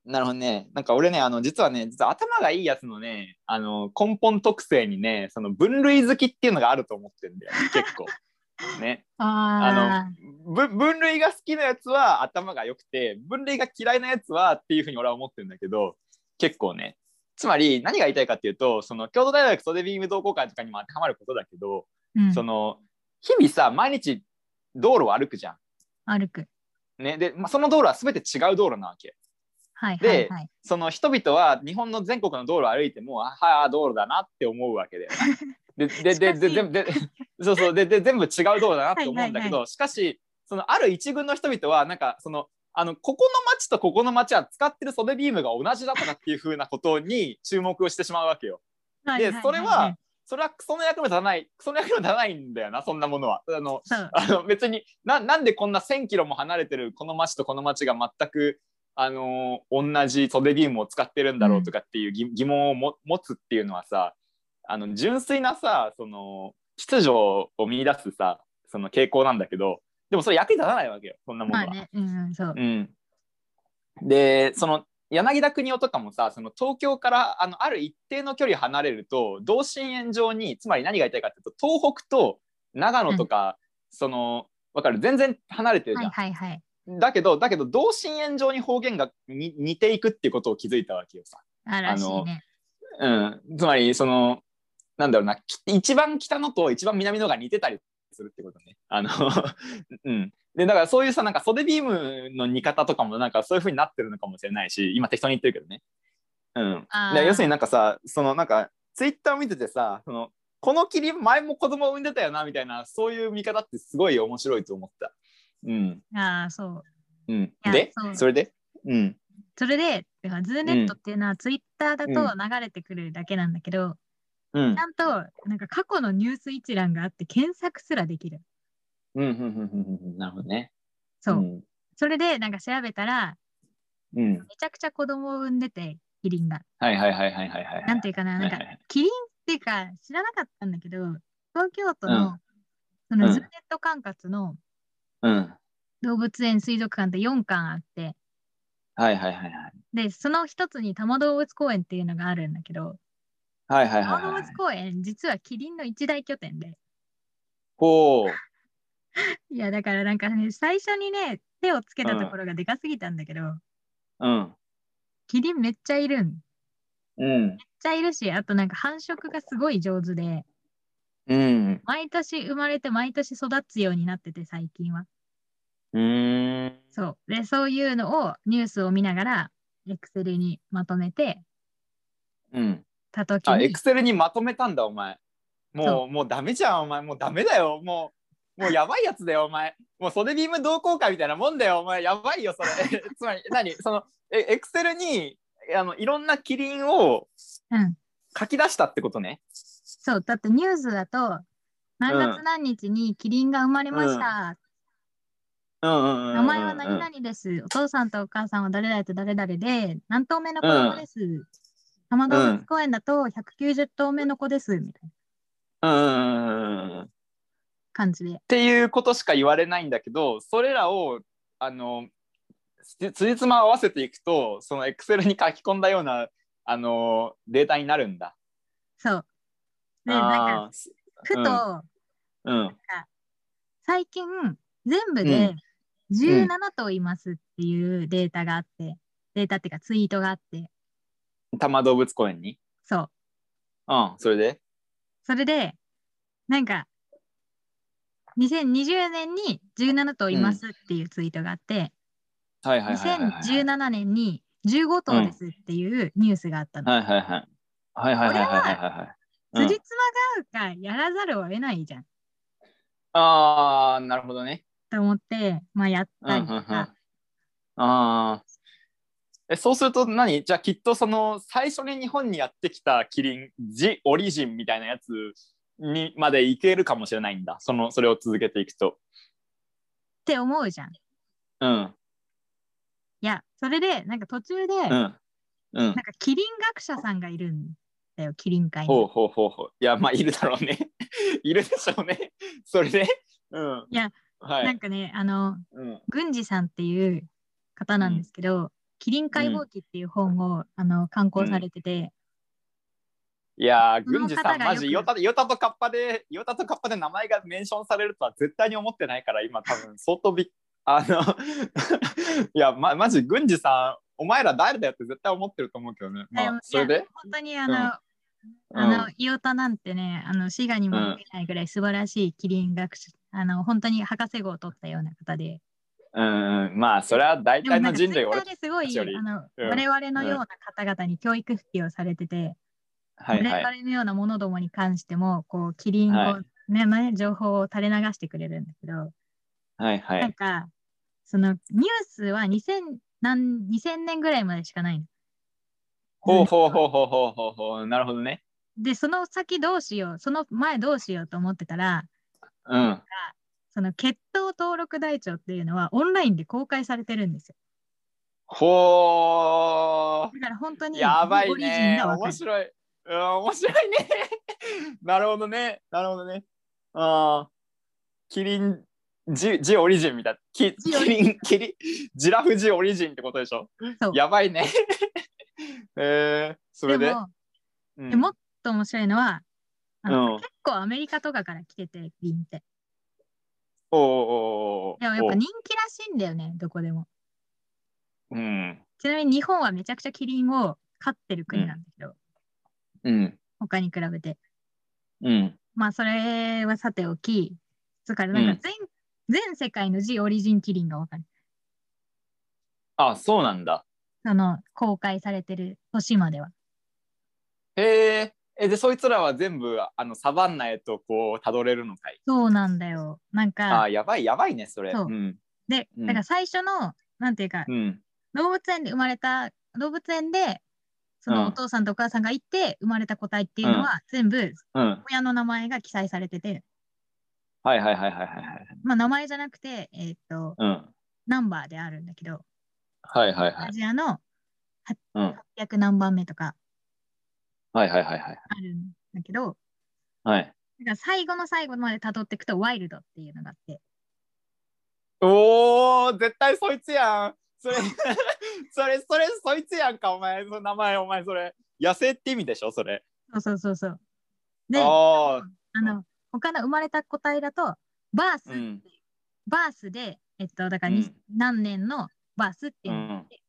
Speaker 1: なるほどね。なんか俺ね、あの、実はね、実は頭がいいやつのね、あの、根本特性にね、その分類好きっていうのがあると思ってんだよ、結 構。ね。あ
Speaker 2: あ
Speaker 1: の、ぶ分類が好きなやつは頭が良くて、分類が嫌いなやつはっていうふうに俺は思ってるんだけど、結構ね。つまり何が言いたいかっていうと、その、京都大学袖ビーム同好会とかにも当てはまることだけど、
Speaker 2: あ、うん、
Speaker 1: その、日々さ、毎日道路を歩くじゃ
Speaker 2: 歩く。
Speaker 1: ん。ね。で、まあ、その道路は全て違う道路なわけ。
Speaker 2: はいは
Speaker 1: で
Speaker 2: いはい。
Speaker 1: その人々は日本の全国の道路を歩いてもあはあ道路だなって思うわけだよね。でででで
Speaker 2: しか
Speaker 1: ででそうそうでで全部違う道路だなって思うんだけど
Speaker 2: はいはい
Speaker 1: しかしそのある一群の人々はなんかそのあのここの町とここの町は使ってる袖ビームが同じだとかっていうふうなことに注目をしてしまうわけよ。
Speaker 2: はい
Speaker 1: で
Speaker 2: いいい
Speaker 1: それはそれはクソの役目立たないクソの役目立たないんだよなそんなものは。あの
Speaker 2: そう
Speaker 1: あの別にななんでこんな1,000キロも離れてるこの町とこの町が全く、あのー同じ袖ビームを使ってるんだろうとかっていう疑,、疑問をも持つっていうのはさあの純粋なさその秩序を見出すさその傾向なんだけどでもそれ役に立たないわけよそんなもの
Speaker 2: まあ
Speaker 1: は。
Speaker 2: ね、うん、そう。
Speaker 1: うん、でその柳田国男とかもさその東京からあのある一定の距離離れると同心円状につまり何が言いたいかっていうと東北と長野とか、そのわかる全然離れてるじ
Speaker 2: は
Speaker 1: ゃん、
Speaker 2: いはいはい。
Speaker 1: だけどだけど同心円状に方言がに似ていくっていうことを気づいたわけよさ。
Speaker 2: あらしいね。
Speaker 1: うん、つまりそのなんだろうなき一番北のと一番南のが似てたりするってことね。あの うん、でだからそういうさなんか袖ビームの似方とかもなんかそういう風になってるのかもしれないし今適当に言ってるけどね。うん、
Speaker 2: あー
Speaker 1: で要するになんかさそのなんかツイッター見ててさそのこのキリン前も子供産んでたよなみたいなそういう見方ってすごい面白いと思った。うん
Speaker 2: ああ、そう。
Speaker 1: うん、
Speaker 2: や
Speaker 1: で
Speaker 2: そう
Speaker 1: それで、うん
Speaker 2: それで、だからズーネットっていうのはツイッターだと
Speaker 1: うん
Speaker 2: 流れてくるだけなんだけど、
Speaker 1: うん
Speaker 2: ちゃんとなんか過去のニュース一覧があって検索すらできる。
Speaker 1: うんうんうんうんうんなるほどね。
Speaker 2: そう。
Speaker 1: うん
Speaker 2: それでなんか調べたら、
Speaker 1: うん
Speaker 2: めちゃくちゃ子供を産んでて、キリンが。
Speaker 1: はいはいはいはいはいはい。
Speaker 2: なんていうかな、なんか
Speaker 1: はいはいはい
Speaker 2: キリンっていうか知らなかったんだけど、東京都
Speaker 1: う
Speaker 2: の
Speaker 1: ん
Speaker 2: そのズーネット管轄の
Speaker 1: うん。
Speaker 2: 動物園水族館って4館あって、
Speaker 1: はいはいはいはい。
Speaker 2: で、その一つに多摩動物公園っていうのがあるんだけど、
Speaker 1: はいはいは
Speaker 2: 多
Speaker 1: い
Speaker 2: 摩動
Speaker 1: はい
Speaker 2: 物。公園、実はキリンの一大拠点で。
Speaker 1: ほう。
Speaker 2: いや、だからなんかね、最初にね、手をつけたところがでかすぎたんだけど、
Speaker 1: うん。
Speaker 2: キリンめっちゃいるん。め
Speaker 1: う
Speaker 2: っ
Speaker 1: ん。
Speaker 2: ちゃいるし、あとなんか繁殖がすごい上手で、
Speaker 1: うん。
Speaker 2: 毎年生まれて毎年育つようになってて、最近は。
Speaker 1: うーん。
Speaker 2: そう。で、そういうのをニュースを見ながら、エクセルにまとめて
Speaker 1: うん。
Speaker 2: たとき
Speaker 1: あ、エ
Speaker 2: に
Speaker 1: ク、セルにまとめたんだ、お前。
Speaker 2: そ
Speaker 1: もう、もうダメじゃん、お前。もうダメだよ。もう、もうやばいやつだよ、お前。もう袖ビーム同好会みたいなもんだよ、お前。やばいよ、それ。つまり、何その、えエクセルに、あの、いろんなキリンを
Speaker 2: うん。
Speaker 1: 書き出したってことね。
Speaker 2: そう、だってニュースだと、何月何日にキリンが生まれました。
Speaker 1: うんうんうんうんうん。
Speaker 2: 名前は何々です。お父さんとお母さんは誰々と誰々で、何頭目の子供です。多摩動物公園だと190頭目の子です。みたいな
Speaker 1: うんうんうんうんうん。っ
Speaker 2: 感じで。
Speaker 1: ていうことしか言われないんだけど、それらを、あの、つつじつま合わせていくと、そのエクセルに書き込んだような、あの、データになるんだ。
Speaker 2: そう。で、
Speaker 1: あー
Speaker 2: なんか、ふと、
Speaker 1: うんうん。
Speaker 2: 最近、全部
Speaker 1: う
Speaker 2: で
Speaker 1: ん
Speaker 2: 17頭いますっていうデータがあって、データっていうかツイートがあって、
Speaker 1: 多摩動物公園に
Speaker 2: そう。
Speaker 1: うんそれで
Speaker 2: それで、なんか、2020年に17頭いますっていうツイートがあって、
Speaker 1: はいはいはいはいはい
Speaker 2: 2017年に15頭ですっていうニュースがあったの。
Speaker 1: はいはいはいはいはいはいはいはいはいはい
Speaker 2: つ
Speaker 1: う
Speaker 2: じ
Speaker 1: ん
Speaker 2: つまが合うかやらざるを得ないじゃん
Speaker 1: あーなるほどね
Speaker 2: と思って、まあやっ
Speaker 1: うんうん
Speaker 2: た
Speaker 1: う
Speaker 2: り
Speaker 1: ん
Speaker 2: とか、
Speaker 1: あーえそうすると何じゃあきっとその最初に日本にやってきたキリンジオリジンみたいなやつにまでいけるかもしれないんだそのそれを続けていくと
Speaker 2: って思うじゃん。い
Speaker 1: うん
Speaker 2: や、それで、なんか途中で、
Speaker 1: う
Speaker 2: なん
Speaker 1: んうん
Speaker 2: かキリン学者さんがいるんだよ、キリン会に。
Speaker 1: ほうほうほうほういやまあいるだろうね いるでしょうねそれでうん
Speaker 2: いや
Speaker 1: は
Speaker 2: ないんかね、あの、
Speaker 1: うん
Speaker 2: 郡司さんっていう方なんですけど、キリン解剖記っていう本を、あの刊行されてて、
Speaker 1: いやー、
Speaker 2: その
Speaker 1: 郡司さ
Speaker 2: 方
Speaker 1: ん、
Speaker 2: がよく
Speaker 1: マジ、ヨタヨタとカッパで、ヨタとカッパで名前がメンションされるとは絶対に思ってないから、今、多分相当びっ、 あの、いや、ま、マジ、郡司さん、お前ら誰だよって絶対思ってると思うけどね。
Speaker 2: で
Speaker 1: ま
Speaker 2: も
Speaker 1: あ、それ
Speaker 2: いや
Speaker 1: で、
Speaker 2: 本当にあの、
Speaker 1: うん
Speaker 2: あの、イオタなんてね、あの、滋賀にも
Speaker 1: うん
Speaker 2: 行けないぐらい素晴らしいキリン学者、あの、本当に博士号を取ったような方で。
Speaker 1: うん、うんまあ、それは大
Speaker 2: でも
Speaker 1: 体
Speaker 2: な
Speaker 1: の
Speaker 2: んか
Speaker 1: 人類、俺、
Speaker 2: Twitter ですご
Speaker 1: た
Speaker 2: い、
Speaker 1: ちより
Speaker 2: あの、
Speaker 1: うん
Speaker 2: 我々のような方々に教育普及をされてて、
Speaker 1: はいは
Speaker 2: 我
Speaker 1: い。
Speaker 2: 々のような者どもに関しても、こう、キリンを、
Speaker 1: は
Speaker 2: ね、ね情報を垂れ流してくれるんだけど、
Speaker 1: はいは
Speaker 2: なん
Speaker 1: い。
Speaker 2: か、その、ニュースは2000、何2000年ぐらいまでしかないの
Speaker 1: ほうほうほうほうほうほうほう、なるほどね。
Speaker 2: で、その先どうしよう、その前どうしようと思ってたら、
Speaker 1: うん。
Speaker 2: その血統登録台帳っていうのはオンラインで公開されてるんですよ。
Speaker 1: ほ
Speaker 2: だから本当
Speaker 1: う、
Speaker 2: に
Speaker 1: やばい
Speaker 2: オリジン
Speaker 1: ね。
Speaker 2: がわか
Speaker 1: 面
Speaker 2: る。
Speaker 1: 白い。うん、面白いね。 なるほどね。なるほどね。ああ。キリン、ジ、ジオリジンみたいな。キキ
Speaker 2: ジオリ
Speaker 1: リン、キリン、ジラフジオリジンってことでしょ
Speaker 2: そう
Speaker 1: やばいね。 えー、それ
Speaker 2: で
Speaker 1: で
Speaker 2: も、
Speaker 1: うん
Speaker 2: でもっと面白いのは、あの
Speaker 1: うん
Speaker 2: 結構アメリカとかから来てて、リンって。
Speaker 1: おうおうおうおう
Speaker 2: でもやっぱ人気らしいんだよね、どこでも。
Speaker 1: おううん。
Speaker 2: ちなみに日本はめちゃくちゃキリンを飼ってる国なんだけど、
Speaker 1: うん。
Speaker 2: 他に比べて。
Speaker 1: うん。
Speaker 2: まあそれはさておき、だからなんか全,、全世界のジオリジンキリンがわかる。
Speaker 1: あ、そうなんだ。
Speaker 2: その公開されてる年までは。
Speaker 1: へえ。え、で、そいつらは全部、あの、サバンナへと、こう、たどれるのかい。
Speaker 2: そうなんだよ。なん
Speaker 1: あ
Speaker 2: か、
Speaker 1: ー、やばい、やばいね、それ。。
Speaker 2: そうんで、
Speaker 1: うん
Speaker 2: だから最初の、なんていうか、
Speaker 1: うん。
Speaker 2: 動物園で生まれた動物園でそうの
Speaker 1: ん
Speaker 2: お父さんとお母さんがいて生まれた個体っていうのは全部
Speaker 1: うん。
Speaker 2: 親の名前が記載されてて、
Speaker 1: はいはいはいはいはいはい。
Speaker 2: まあ、名前じゃなくて、えーっと
Speaker 1: うん。
Speaker 2: ナンバーであるんだけど
Speaker 1: はいはいは
Speaker 2: ア
Speaker 1: い。
Speaker 2: ジアの
Speaker 1: うん。
Speaker 2: 800何番目とか
Speaker 1: はいはいはいはい。
Speaker 2: あるんだけど
Speaker 1: はい。
Speaker 2: だから最後の最後まで辿っていくとワイルドっていうのがあって
Speaker 1: おー、絶対そいつやん。それ、それ、 それ、そいつやんか、お前、その名前、お前、それ。野生って意味でしょ、それ。
Speaker 2: そうそうそうそうであ
Speaker 1: あ
Speaker 2: の他の生まれた個体だとバース、
Speaker 1: ーうん。
Speaker 2: バースでえっとだからに、
Speaker 1: うん
Speaker 2: 何年のバースっていうのがあって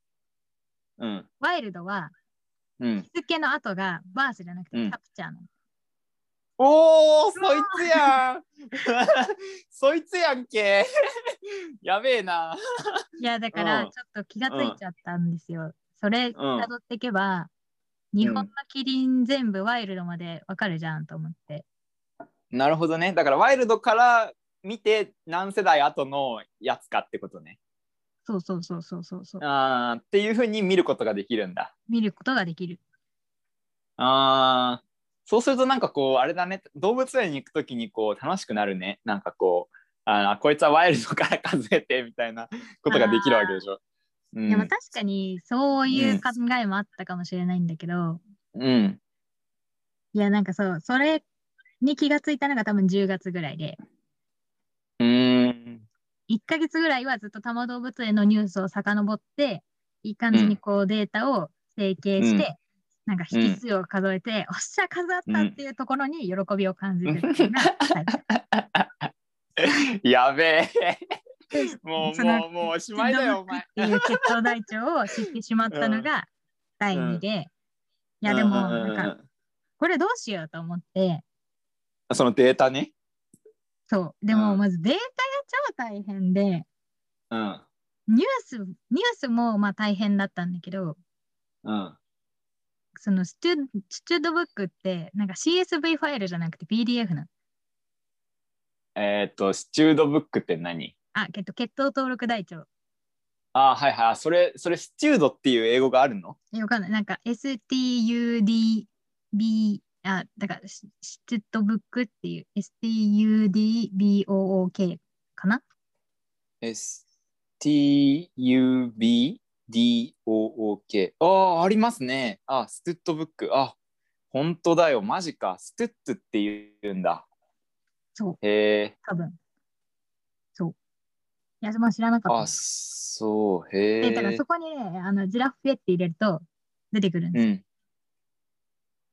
Speaker 1: うん。
Speaker 2: ワイルドは
Speaker 1: うん。
Speaker 2: 日付の後がバースじゃなくて
Speaker 1: うん
Speaker 2: キャプチャーなの。
Speaker 1: おー、そいつ やんそいつやんけ やべえな。
Speaker 2: いやだか
Speaker 1: う
Speaker 2: らち
Speaker 1: ん
Speaker 2: ょっと気がついちゃったんですよ。それ辿っていけば、日本のキリン全部ワイルドまでわかるじゃんと思って。
Speaker 1: なるほどね。だからワイルドから見て何世代後のやつかってことね。
Speaker 2: そうそうそうそうそうそう。
Speaker 1: あーっていうふうに見ることができるんだ。
Speaker 2: 見ることができる。
Speaker 1: ああ、そうするとなんかこう、あれだね、動物園に行くときにこう、楽しくなるね。なんかこう、あーこいつはワイルドから数えてみたいなことができるわけでしょ。うん
Speaker 2: いやまあ確かにそういううん考えもあったかもしれないんだけど、
Speaker 1: うん。
Speaker 2: いやなんかそうそれに気がついたのが多分10月ぐらいで
Speaker 1: うーん。
Speaker 2: 1ヶ月ぐらいはずっと多摩動物園のニュースを遡っていい感じにこうデータを整形して、
Speaker 1: うん
Speaker 2: なんか引数を数えて、おっしゃ数あったっていうところに喜びを感じるっていうのが、はい
Speaker 1: や べえ。
Speaker 2: で
Speaker 1: もう、
Speaker 2: その
Speaker 1: もう、もうおしまいだよ、お前。
Speaker 2: っていう血糖台帳を知ってしまったのが第2で、いやでも
Speaker 1: うんうんう
Speaker 2: なん
Speaker 1: ん
Speaker 2: かこれどうしようと思って
Speaker 1: そのデータね。
Speaker 2: そうでも
Speaker 1: うん
Speaker 2: まずデータが超大変で
Speaker 1: うん。
Speaker 2: ニュースニュースもまあ大変だったんだけど
Speaker 1: うん。
Speaker 2: そのスチュスチュードブックってなんか CSV ファイルじゃなくて PDF なの
Speaker 1: えっ、と、スチュードブックって何
Speaker 2: あけど血糖登録台帳
Speaker 1: ああ、はいはいあ。それ、それ、スチュードっていう英語があるの
Speaker 2: えわかんないなんか STUDB あだからススチュードブックっていう STUDBOOK かな
Speaker 1: ?S-T-U-B-D-O-O-K。ああ、ありますね。あ、ストゥットブック。あ、本当だよ。マジか。ストゥットって言うんだ。
Speaker 2: そう
Speaker 1: へえ。
Speaker 2: 多分そういやまあ知らなかった
Speaker 1: あ、そう。へ
Speaker 2: でだから
Speaker 1: え
Speaker 2: そ。こにねあのジラフフェって入れると出てくるんですよ
Speaker 1: うん。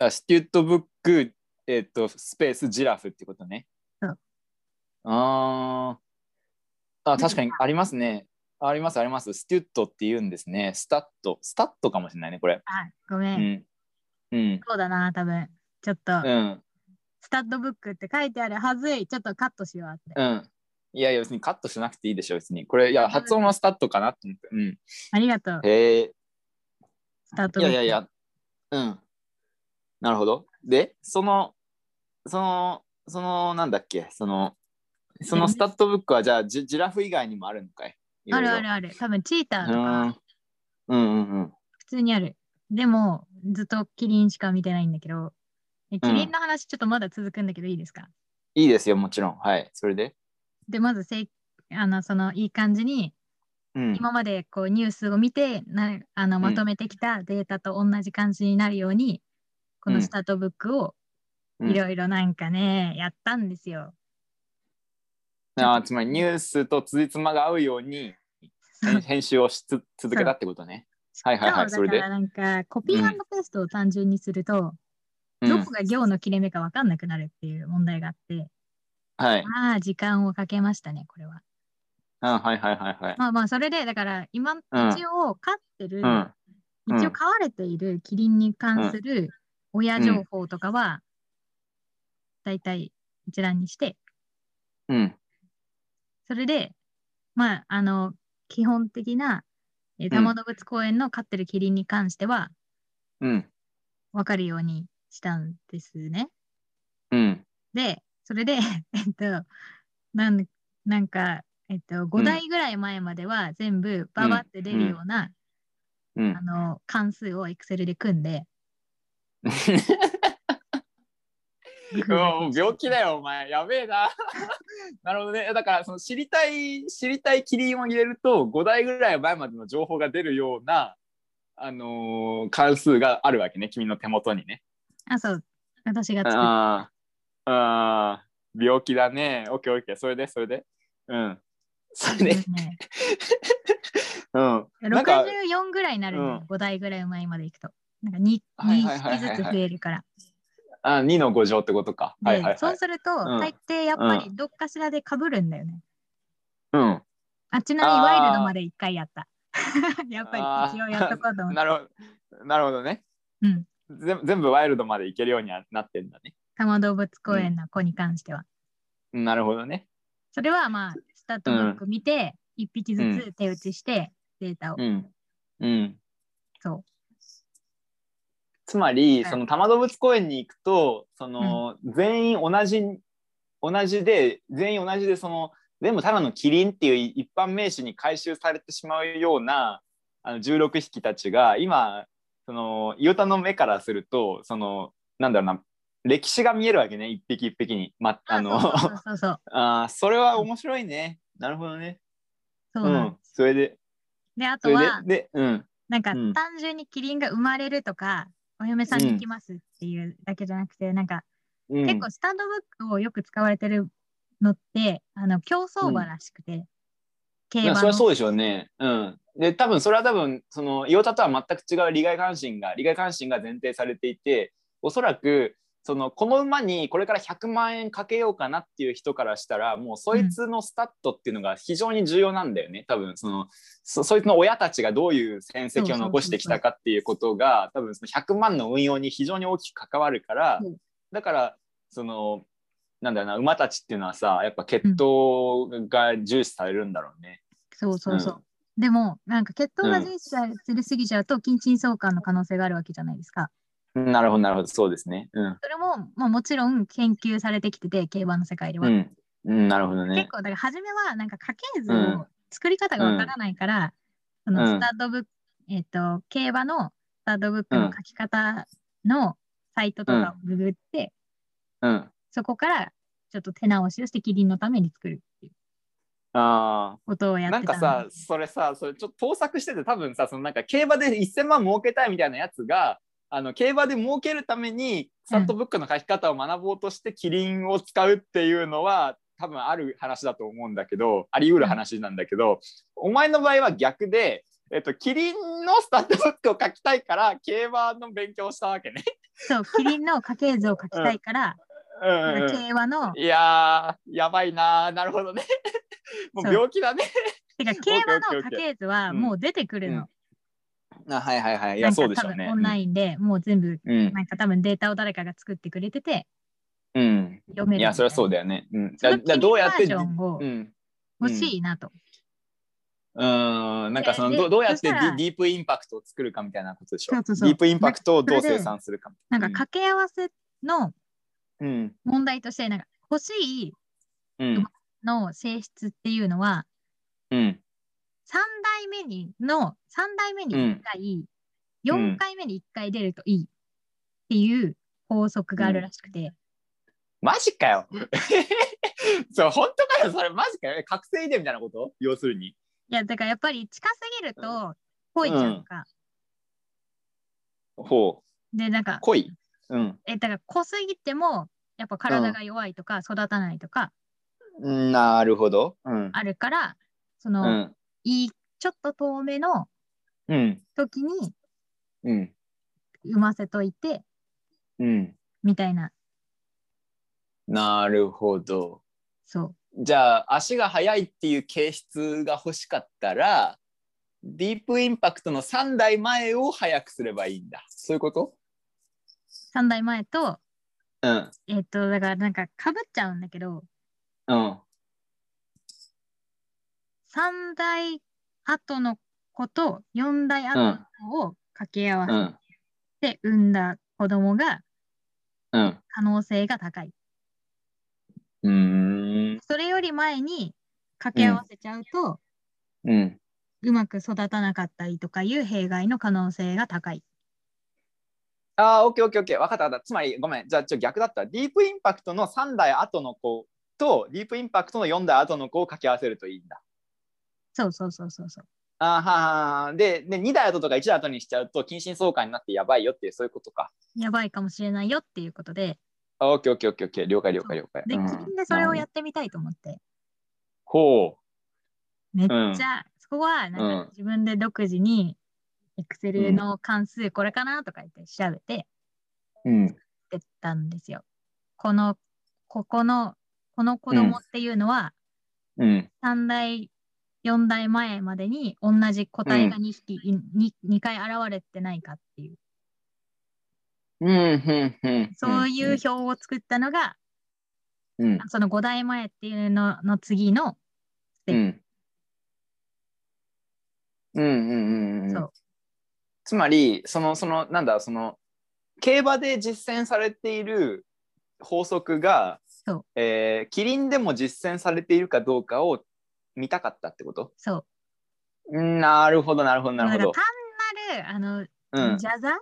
Speaker 1: あ、ステュットブック、えっと、スペースジラフってことね。
Speaker 2: そう
Speaker 1: あーあ、
Speaker 2: んか
Speaker 1: 確かにありますね。ありますあります。ステュットって言うんですね。スタット。スタットかもしれないね、これ。
Speaker 2: あ、ごめ。
Speaker 1: うんん。うん。
Speaker 2: そうだな、多分。ちょっと、
Speaker 1: うん。
Speaker 2: スタッドブックって書いてあるはずい。ちょっとカットしよう後で。
Speaker 1: うん。いやいや、別にカットしなくていいでしょ、別に。これ、いや、発音はスタットかなって思って。うん。
Speaker 2: ありがとう、
Speaker 1: へえ。
Speaker 2: スタッド
Speaker 1: いや
Speaker 2: ブック。
Speaker 1: いやいや。うん。なるほど。で、その、その、その、なんだっけ、その、そのスタッドブックは、じゃあジ、ジラフ以外にもあるのかいいろ
Speaker 2: あ
Speaker 1: いろ
Speaker 2: るあるある。多分、チーターとか、
Speaker 1: うんうんうんうん。
Speaker 2: 普通にある。でも、ずっとキリンしか見てないんだけど、えキリンの話ちょっとまだ続くんだけど、いいですか
Speaker 1: いいですよ、もちろん。はい。それで。
Speaker 2: で、まずせい、あの、その、いい感じに、
Speaker 1: うん。
Speaker 2: 今までこう、ニュースを見て、なあの
Speaker 1: ん
Speaker 2: まとめてきたデータと同じ感じになるように、こ
Speaker 1: う
Speaker 2: の
Speaker 1: ん
Speaker 2: スタッドブックを、
Speaker 1: うん
Speaker 2: いろいろなんかね、やったんですよ。
Speaker 1: あーつまり、ニュースとつじつまが合うように、編 編集をしつ続けたってことね。はいはいはい、
Speaker 2: そ
Speaker 1: そうれで
Speaker 2: だから。なんかコピーペーストを単純にすると、
Speaker 1: う
Speaker 2: ど
Speaker 1: ん
Speaker 2: こ。が行の切れ目か分かんなくなるっていう問題があって、
Speaker 1: はい。
Speaker 2: まあ時間をかけましたね、これは。
Speaker 1: あはいはいはいはい。
Speaker 2: まあまあそれで、だから今、
Speaker 1: うん
Speaker 2: 一応飼ってる、
Speaker 1: うん。うん
Speaker 2: 一応飼われているキリンに関する親情報とかは、だいたい一覧にして、
Speaker 1: うん。
Speaker 2: それで、まああの、基本的な、えー多摩動物公園の飼ってるキリンに関しては
Speaker 1: うん。
Speaker 2: 分かるようにしたんですね。
Speaker 1: うん。
Speaker 2: で、それで、 えっと、なんなんか、えっと、5台ぐらい前までは全部ババって出るような、
Speaker 1: うん
Speaker 2: あ。の関数を Excel で組んで、
Speaker 1: うわもう病気だ よお前やべえな なるほどねだからその知りたい知りたいキリンを入れると5台ぐらい前までの情報が出るようなあのー関数があるわけね君の手元にね
Speaker 2: あ、そう、私が作っ
Speaker 1: あーあー病気だねオッケーオッケーそれでそれでうんそれ
Speaker 2: た、
Speaker 1: で
Speaker 2: ね。
Speaker 1: うん なんか
Speaker 2: 64ぐらいになるんだよ、5台ぐらい前まで行くと。なんか 2,
Speaker 1: はいはいはいはいはい
Speaker 2: 2匹ずつ増えるから。
Speaker 1: あ2の5乗ってことかはいはい
Speaker 2: で、
Speaker 1: は
Speaker 2: そう
Speaker 1: い
Speaker 2: すると、
Speaker 1: うん
Speaker 2: 大抵やっぱりどっかしらでかぶるんだよね。
Speaker 1: うん
Speaker 2: あ、ちなみに
Speaker 1: あー
Speaker 2: ワイルドまで1回やった。 やっぱり一応やっとこうと思って。
Speaker 1: なるほど。なるほどね。
Speaker 2: うん。
Speaker 1: ぜ全部ワイルドまで行けるようにはなってんだね。
Speaker 2: 多摩動物公園の子に関しては。
Speaker 1: なるほどね。
Speaker 2: それはまあ、スタートブック見て、一匹ずつ手打ちして、データを。
Speaker 1: うん。うん。
Speaker 2: そう。
Speaker 1: つまり、
Speaker 2: はい
Speaker 1: その多摩動物公園に行くと、その、全員同じ、同じで、全員同じで、その、全部ただのキリンっていう一般名詞に回収されてしまうような、あの16匹たちが、今、その、イオタの目からすると、その、なんだろうな、歴史が見えるわけね、一匹一匹に。ま、あの、
Speaker 2: そうそうそうそう。
Speaker 1: あーそれは面白いね。なるほどね。
Speaker 2: そう
Speaker 1: う
Speaker 2: なん
Speaker 1: ん。それで、
Speaker 2: で、あ
Speaker 1: そ
Speaker 2: と
Speaker 1: れ
Speaker 2: は、
Speaker 1: で、で、うん。
Speaker 2: なんか
Speaker 1: うん
Speaker 2: 単純にキリンが生まれるとか、お嫁さんに行きますっていうだけじゃなくて、なんか
Speaker 1: うん
Speaker 2: 結構スタンドブックをよく使われてるのって、あの競走馬らしくて、競
Speaker 1: まあ、
Speaker 2: 馬
Speaker 1: それ
Speaker 2: の
Speaker 1: はそうでしょうね。うん。で、多分それは多分、その、イオタとは全く違う利害関心が、利害関心が前提されていて、おそらく、その、この馬にこれから100万円かけようかなっていう人からしたら、もうそいつのスタットっていうのが非常に重要なんだよね。多分、そのそ、そいつの親たちがどういう戦績を残してきたかっていうことが、多分その100万の運用に非常に大きく関わるから、
Speaker 2: うん
Speaker 1: だから、その、なんだろうな馬たちっていうのはさやっぱ血統が重視されるんだろうね。
Speaker 2: そうそうそう。でも、なんか血統が
Speaker 1: うん
Speaker 2: 重視されすぎちゃうと、近親相関の可能性があるわけじゃないですか。
Speaker 1: なるほど、なるほど、そうですね。うん。
Speaker 2: それも、まあ、もちろん研究されてきてて、競馬の世界では。
Speaker 1: うん、うん、なるほど
Speaker 2: 結
Speaker 1: ね。
Speaker 2: 構だから初めはなんか家系図
Speaker 1: うん
Speaker 2: を作り方がわからないから、
Speaker 1: ん
Speaker 2: その
Speaker 1: うん
Speaker 2: スタートブック、えっ、と競馬のスタートブックの書き方のサイトとかをググって、
Speaker 1: うん。あ
Speaker 2: そこからちょっと手直しをしてキリンのために作るっていう
Speaker 1: あ
Speaker 2: ことをや
Speaker 1: ー。
Speaker 2: っ
Speaker 1: な
Speaker 2: て
Speaker 1: ん
Speaker 2: た
Speaker 1: かさ、それさ、それちょっと盗作してて、多分さ、そのなんか競馬で1000万儲けたいみたいなやつが、あの競馬で儲けるために、スタットブックの書き方を学ぼうとして、キリンを使うっていうのは、多分ある話だと思うんだけど、あり得る話なんだけど、お前の場合は逆で、えっと、キリンのスタットブックを書きたいから、競馬の勉強をしたわけね。
Speaker 2: そうキリンの家系図を書きたいから、
Speaker 1: うんうん
Speaker 2: な
Speaker 1: うんん
Speaker 2: か競馬の
Speaker 1: いやー、やばいなー、なるほ どね。もう
Speaker 2: そう
Speaker 1: 病気だね。
Speaker 2: てか競馬の
Speaker 1: OKOKOK
Speaker 2: 家系図はもう出てくるの、
Speaker 1: うんあはいはいはい。い
Speaker 2: な
Speaker 1: や、
Speaker 2: ん
Speaker 1: そう
Speaker 2: か
Speaker 1: でしょ
Speaker 2: 多
Speaker 1: う
Speaker 2: 分
Speaker 1: ね。
Speaker 2: オンラインでもう全部
Speaker 1: うん。
Speaker 2: なんか多分データを誰かが作ってくれてて
Speaker 1: うん。
Speaker 2: 読め
Speaker 1: い
Speaker 2: る
Speaker 1: や、それはそう
Speaker 2: で
Speaker 1: だよね。うん。
Speaker 2: そ
Speaker 1: だ
Speaker 2: の
Speaker 1: だどうやって、
Speaker 2: キリンバージョンを
Speaker 1: うん。
Speaker 2: 欲しいなと、
Speaker 1: うん、なんかその
Speaker 2: で
Speaker 1: どどうやって
Speaker 2: そ
Speaker 1: デ
Speaker 2: したら
Speaker 1: ィディープインパクトを作るかみたいなことでしょ
Speaker 2: そうそうそう
Speaker 1: ディープインパクトをどう
Speaker 2: それで
Speaker 1: 生産するかみた
Speaker 2: ないんか掛け合わせの
Speaker 1: うん
Speaker 2: 問題として、なんか欲しい
Speaker 1: うん
Speaker 2: の性質っていうのは、
Speaker 1: うん
Speaker 2: 3代目にの、3代目に
Speaker 1: うん
Speaker 2: 1回、
Speaker 1: うん
Speaker 2: 4回目に1回出るといいっていう法則があるらしくて、
Speaker 1: マジかよ そう本当かよそれマジかよえ覚醒遺伝みたいなこと要するに
Speaker 2: いや、だからやっぱり近すぎると、濃いちゃうか、
Speaker 1: ほう
Speaker 2: で、なんか、
Speaker 1: 濃いうん
Speaker 2: え、だから濃すぎても、やっぱ体が弱いとか、育たないとか、
Speaker 1: なるほどうん
Speaker 2: あるから、そうの、
Speaker 1: ん
Speaker 2: いい、ちょっと遠めの
Speaker 1: うん
Speaker 2: 時に
Speaker 1: うん
Speaker 2: 産ませといて、
Speaker 1: うん
Speaker 2: みたいな、
Speaker 1: なるほど。
Speaker 2: そう。
Speaker 1: じゃあ足が速いっていう形質が欲しかったらディープインパクトの3代前を速くすればいいんだ。そういうこと
Speaker 2: 3代前と、
Speaker 1: うん。
Speaker 2: えっ、と、だからなんかかぶっちゃうんだけど、
Speaker 1: うん。
Speaker 2: 3代後の子と4代後の子を掛け合
Speaker 1: う
Speaker 2: わ
Speaker 1: ん。
Speaker 2: せて産んだ子供が
Speaker 1: うん。
Speaker 2: 可能性が高い。
Speaker 1: うーん。
Speaker 2: それより前に掛け合わせちゃうと、
Speaker 1: うん。
Speaker 2: うまく育たなかったりとかいう弊害の可能性が高い。
Speaker 1: ああ、オッケーオッケーオッケー。わかったわかった。つまり、ごめん。じゃあ、ちょっと逆だった。ディープインパクトの3代後の子とディープインパクトの4代後の子を掛け合わせるといいんだ。
Speaker 2: そうそうそうそうそう。
Speaker 1: あーはーはーはーで、で、2代後とか1代後にしちゃうと、近親相関になってやばいよっていう、そういうことか。
Speaker 2: やばいかもしれないよっていうことで、
Speaker 1: あオッケーオッケーオッケーオッケー。了解了解了解。
Speaker 2: で、キ
Speaker 1: うん
Speaker 2: リンでそれをやってみたいと思って、
Speaker 1: ほ
Speaker 2: めっちゃ、そこはなん
Speaker 1: うん
Speaker 2: か自分で独自に、エクセルの関数これかなとか言って調べて、
Speaker 1: う。うん。
Speaker 2: ってたんですよ。この、ここの、この子供っていうのは、
Speaker 1: うん。
Speaker 2: 三代4代前までに同じ個体が2匹、に 2, 回現れてないかっていう、
Speaker 1: うん、うん、うん。
Speaker 2: そういう表を作ったのが、
Speaker 1: うん、
Speaker 2: その5代前っていうのの次の、
Speaker 1: うん。うん、うん、うんうん。
Speaker 2: そう
Speaker 1: つまりそのそのなんだその競馬で実践されている法則が
Speaker 2: そう、
Speaker 1: えーキリンでも実践されているかどうかを見たかったってこと
Speaker 2: そう。
Speaker 1: うんなるほどなるほどなるほ
Speaker 2: だ
Speaker 1: ど
Speaker 2: か。ら単なる、
Speaker 1: う
Speaker 2: あの、
Speaker 1: ん
Speaker 2: ジャザ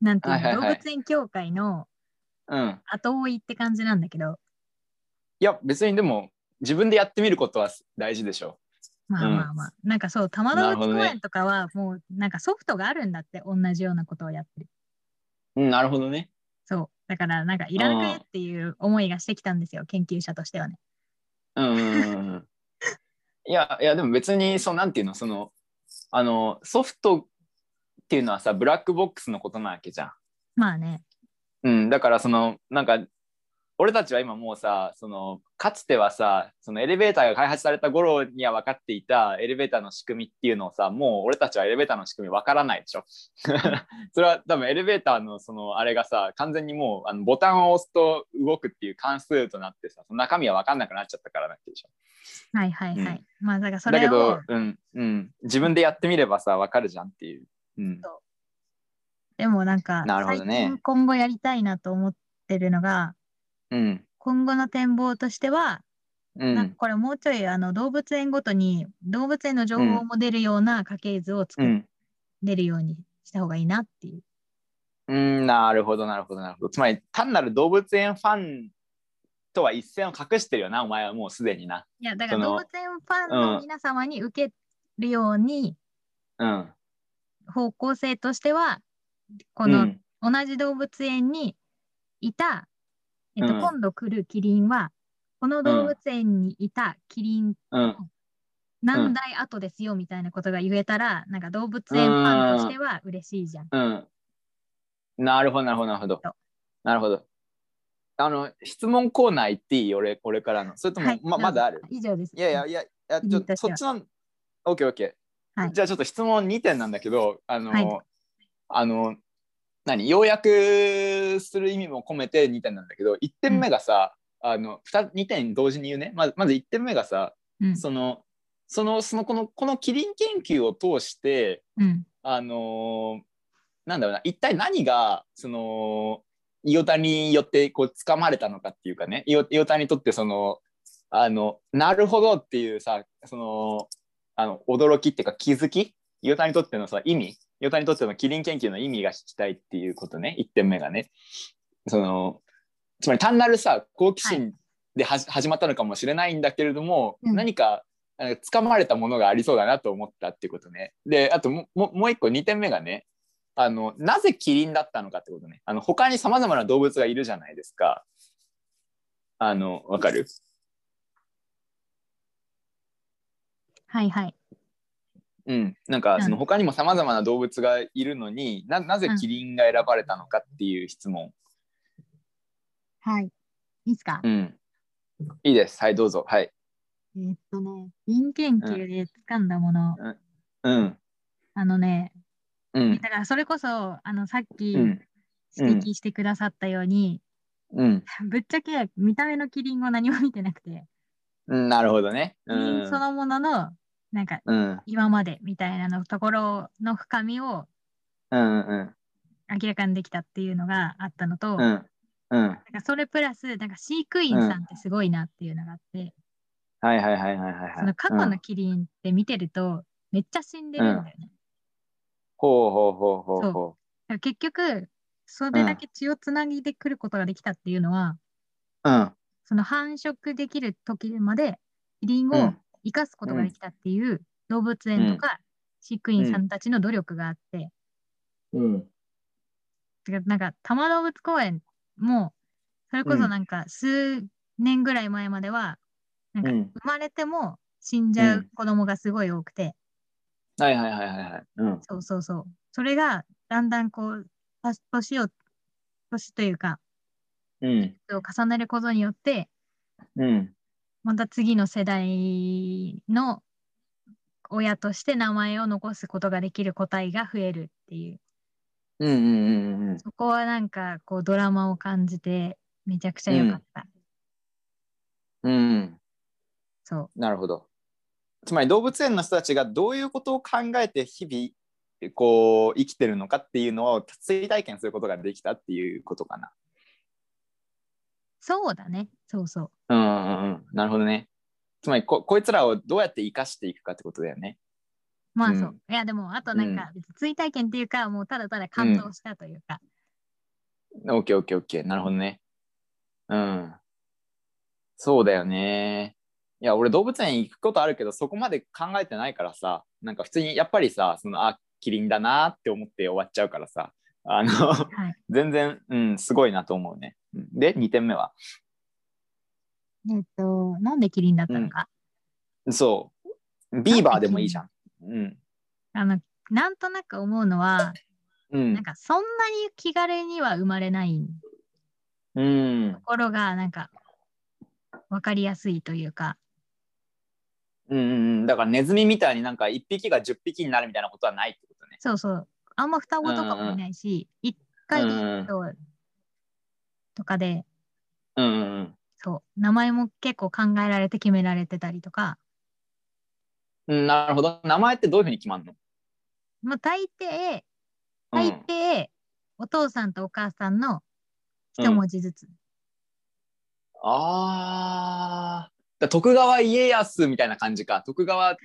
Speaker 2: なんていうの、
Speaker 1: はいはいはい
Speaker 2: 動物園協会の
Speaker 1: うん、
Speaker 2: 後追いって感じなんだけど、
Speaker 1: いや別にでも自分でやってみることは大事でしょ
Speaker 2: まあ
Speaker 1: うん
Speaker 2: まあまあ、なんかそう、多摩動物公園とかはもうなんかソフトがあるんだって、同じようなことをやってる。
Speaker 1: うん、なるほどね。
Speaker 2: そう。だからなんかいらなくねっていう思いがしてきたんですよ、研究者としてはね。
Speaker 1: うんうんうんうん。 いやいやでも別にそうなんていうのそのあのソフトっていうのはさブラックボックスのことなわけじゃん。
Speaker 2: まあね。
Speaker 1: うん、だからそのなんか俺たちは今もうさそのかつてはさそのエレベーターが開発された頃には分かっていたエレベーターの仕組みっていうのをさもう俺たちはエレベーターの仕組み分からないでしょ それは多分エレベーターのそのあれがさ完全にもうあのボタンを押すと動くっていう関数となってさその中身は分かんなくなっちゃったからなってでしょ
Speaker 2: はいはいはい。まあだからそ
Speaker 1: だけ
Speaker 2: れ
Speaker 1: ど
Speaker 2: を、、
Speaker 1: うんうん、自分でやってみればさ分かるじゃんっていう、うん、
Speaker 2: でもなんか、
Speaker 1: なるほどね
Speaker 2: 最近今後やりたいなと思ってるのが、
Speaker 1: うん
Speaker 2: 今後の展望としては、
Speaker 1: う
Speaker 2: なんか
Speaker 1: ん
Speaker 2: これもうちょいあの動物園ごとに動物園の情報も出るような家系図を
Speaker 1: う
Speaker 2: 作
Speaker 1: ん
Speaker 2: れるようにした方がいいなっていう。
Speaker 1: うーん、なるほど、なるほど、なるほど。つまり、単なる動物園ファンとは一線を隠してるよな、お前はもうすでにな。
Speaker 2: いやだか
Speaker 1: そ
Speaker 2: ら
Speaker 1: の
Speaker 2: 動物園ファンの皆様に受けるように
Speaker 1: うん。
Speaker 2: 方向性としてはこ
Speaker 1: う
Speaker 2: の
Speaker 1: ん、
Speaker 2: 同じ動物園にいた、えっと、
Speaker 1: うん
Speaker 2: 今度来るキリンはこの動物園にいたキリン
Speaker 1: うん、
Speaker 2: 何代後ですよみたいなことが言えたらなんか動物園ファンとしては嬉しいじゃん。
Speaker 1: うん。なるほど、なるほど、なるほど
Speaker 2: そう。
Speaker 1: なるほど。あの、質問コーナー行っていい俺、俺からの。それとも、
Speaker 2: はい
Speaker 1: ままだある
Speaker 2: 以上です。
Speaker 1: いやいや、いや、いやちょっと
Speaker 2: 私
Speaker 1: そっ
Speaker 2: は
Speaker 1: ちの、オッケーオッケー、
Speaker 2: はい
Speaker 1: じゃあちょっと質問2点なんだけど、あの、
Speaker 2: はい
Speaker 1: あの、何、要約する意味も込めて2点なんだけど、1点目がさ、あの 2, 2点同時に言うね。まずまず1点目がさ、
Speaker 2: うん
Speaker 1: その、その、その、この、このキリン研究を通して、
Speaker 2: うん
Speaker 1: あのーなんだろうな一体何がその伊予田によってこう掴まれたのかっていうかね伊予伊予田にとってそのあのなるほどっていうさそのあの驚きっていうか気づき伊予田にとってのさ意味伊予田にとってのキリン研究の意味が聞きたいっていうことね1点目がね。そのつまり単なるさ好奇心ではじ、始まったのかもしれないんだけれども、
Speaker 2: うん
Speaker 1: 何かあの掴まれたものがありそうだなと思ったってことね。であともももう一個2点目がねあのなぜキリンだったのかってことね。あの他にさまざまな動物がいるじゃないですか。あのわかる
Speaker 2: はいはい。
Speaker 1: うん、なんか
Speaker 2: うん
Speaker 1: その他にもさまざまな動物がいるのにななぜキリンが選ばれたのかっていう質問、
Speaker 2: はい。いいですか、
Speaker 1: うん、いいですはいどうぞはい、
Speaker 2: えーっとね、人研究で掴んだもの、
Speaker 1: うん
Speaker 2: あのね、
Speaker 1: うん
Speaker 2: だからそれこそ、あの、さっき
Speaker 1: う
Speaker 2: 指
Speaker 1: ん
Speaker 2: 摘してくださったように、
Speaker 1: うん、
Speaker 2: ぶっちゃけ見た目のキリンを何も見てなくて、
Speaker 1: うん、なるほどね。
Speaker 2: キ
Speaker 1: う
Speaker 2: リン
Speaker 1: ん
Speaker 2: そのものの、なんか
Speaker 1: うん
Speaker 2: 今までみたいなのところの深みを
Speaker 1: うんうん
Speaker 2: 明らかにできたっていうのがあったのと、
Speaker 1: う
Speaker 2: なん
Speaker 1: んうん
Speaker 2: かそれプラス、なんか飼育員さんってすごいなっていうのがあって、
Speaker 1: はいはいはいはいはいはい。
Speaker 2: その過去
Speaker 1: うん
Speaker 2: のキリンって見てると、めっちゃ死んでるんだよね。
Speaker 1: ほうほうほうほうほ
Speaker 2: だから結局それだけ血をつなぎでくることができたっていうのは、
Speaker 1: う。うん
Speaker 2: その繁殖できる時までキリン
Speaker 1: う
Speaker 2: を
Speaker 1: ん
Speaker 2: 生かすことができたっていう動物園とか飼育員さんたちの努力があって、
Speaker 1: うん
Speaker 2: てかなんか多摩動物公園もそれこそなんか数年ぐらい前まではなん
Speaker 1: う
Speaker 2: か
Speaker 1: ん。
Speaker 2: 生まれても死んじゃ
Speaker 1: う
Speaker 2: うん子供がすごい多くて、
Speaker 1: はいはいはいはいはい。うん
Speaker 2: そうそうそうそれがだんだんこうた年を年というか
Speaker 1: うん
Speaker 2: を重ねることによって
Speaker 1: うん
Speaker 2: また次の世代の親として名前を残すことができる個体が増えるっていう
Speaker 1: うんうんうんうん
Speaker 2: そこはなんかこうドラマを感じてめちゃくちゃ良かった、
Speaker 1: うんうん
Speaker 2: そう
Speaker 1: なるほど。つまり動物園の人たちがどういうことを考えて日々こう生きてるのかっていうのを追体験することができたっていうことかな。
Speaker 2: そうだねそうそ
Speaker 1: う
Speaker 2: う
Speaker 1: んうんうん、なるほどね。つまりここいつらをどうやって生かしていくかってことだよね。
Speaker 2: まあそうう、
Speaker 1: ん
Speaker 2: いやでもあとなんか別に追体験っていうか、もうただただ感動したというか、
Speaker 1: オッケーオッケーオッケーなるほどね。うん。そうだよね。いや俺動物園行くことあるけどそこまで考えてないからさなんか普通にやっぱりさそのあキリンだなって思って終わっちゃうからさあの
Speaker 2: はい
Speaker 1: 全然、うん、すごいなと思うね。うんで2点目は
Speaker 2: えっとなんでキリンだったのか、
Speaker 1: そうビーバーでもいいじゃん。うん
Speaker 2: あのなんとなく思うのは
Speaker 1: う
Speaker 2: なん
Speaker 1: ん
Speaker 2: かそんなに気軽には生まれないと
Speaker 1: うん
Speaker 2: ころがなんか分かりやすいというか
Speaker 1: うんうんだからネズミみたいになんか1匹が10匹になるみたいなことはないってことね。
Speaker 2: そうそうあんま双子とかもいないし一、回で一頭とかで
Speaker 1: うんうんうん
Speaker 2: そう名前も結構考えられて決められてたりとか、
Speaker 1: うん、なるほど名前ってどういうふうに決まるの、
Speaker 2: まあ、大抵
Speaker 1: うん
Speaker 2: 大抵、お父さんとお母さんの一文字ずつ、
Speaker 1: ああ。だ徳川家康みたいな感じか。徳川、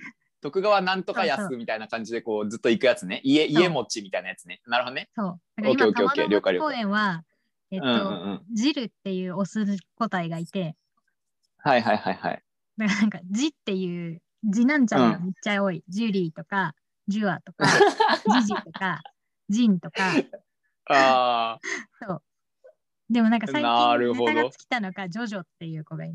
Speaker 1: 徳川なんとか康みたいな感じで、こう、ずっと行くやつね。家、
Speaker 2: そう
Speaker 1: 家持ちみたいなやつね。なるほどね。
Speaker 2: そうだから
Speaker 1: オ
Speaker 2: 今
Speaker 1: ッケーオ
Speaker 2: 玉
Speaker 1: ッケーオッケー
Speaker 2: の
Speaker 1: 了解了
Speaker 2: 公
Speaker 1: 解
Speaker 2: 園はえっと、
Speaker 1: うんうんうん。
Speaker 2: ジルっていうオス個体がいて
Speaker 1: はいはいはいはい。
Speaker 2: だからなんかジっていう次男ちゃんがめっちゃ多い、ジュリーとかジュア とかジジとかジンとか
Speaker 1: ああ。
Speaker 2: でもなんか最
Speaker 1: なる
Speaker 2: 近
Speaker 1: ほ
Speaker 2: ネ
Speaker 1: ど
Speaker 2: タが尽きたのかジョジョっていう子がいる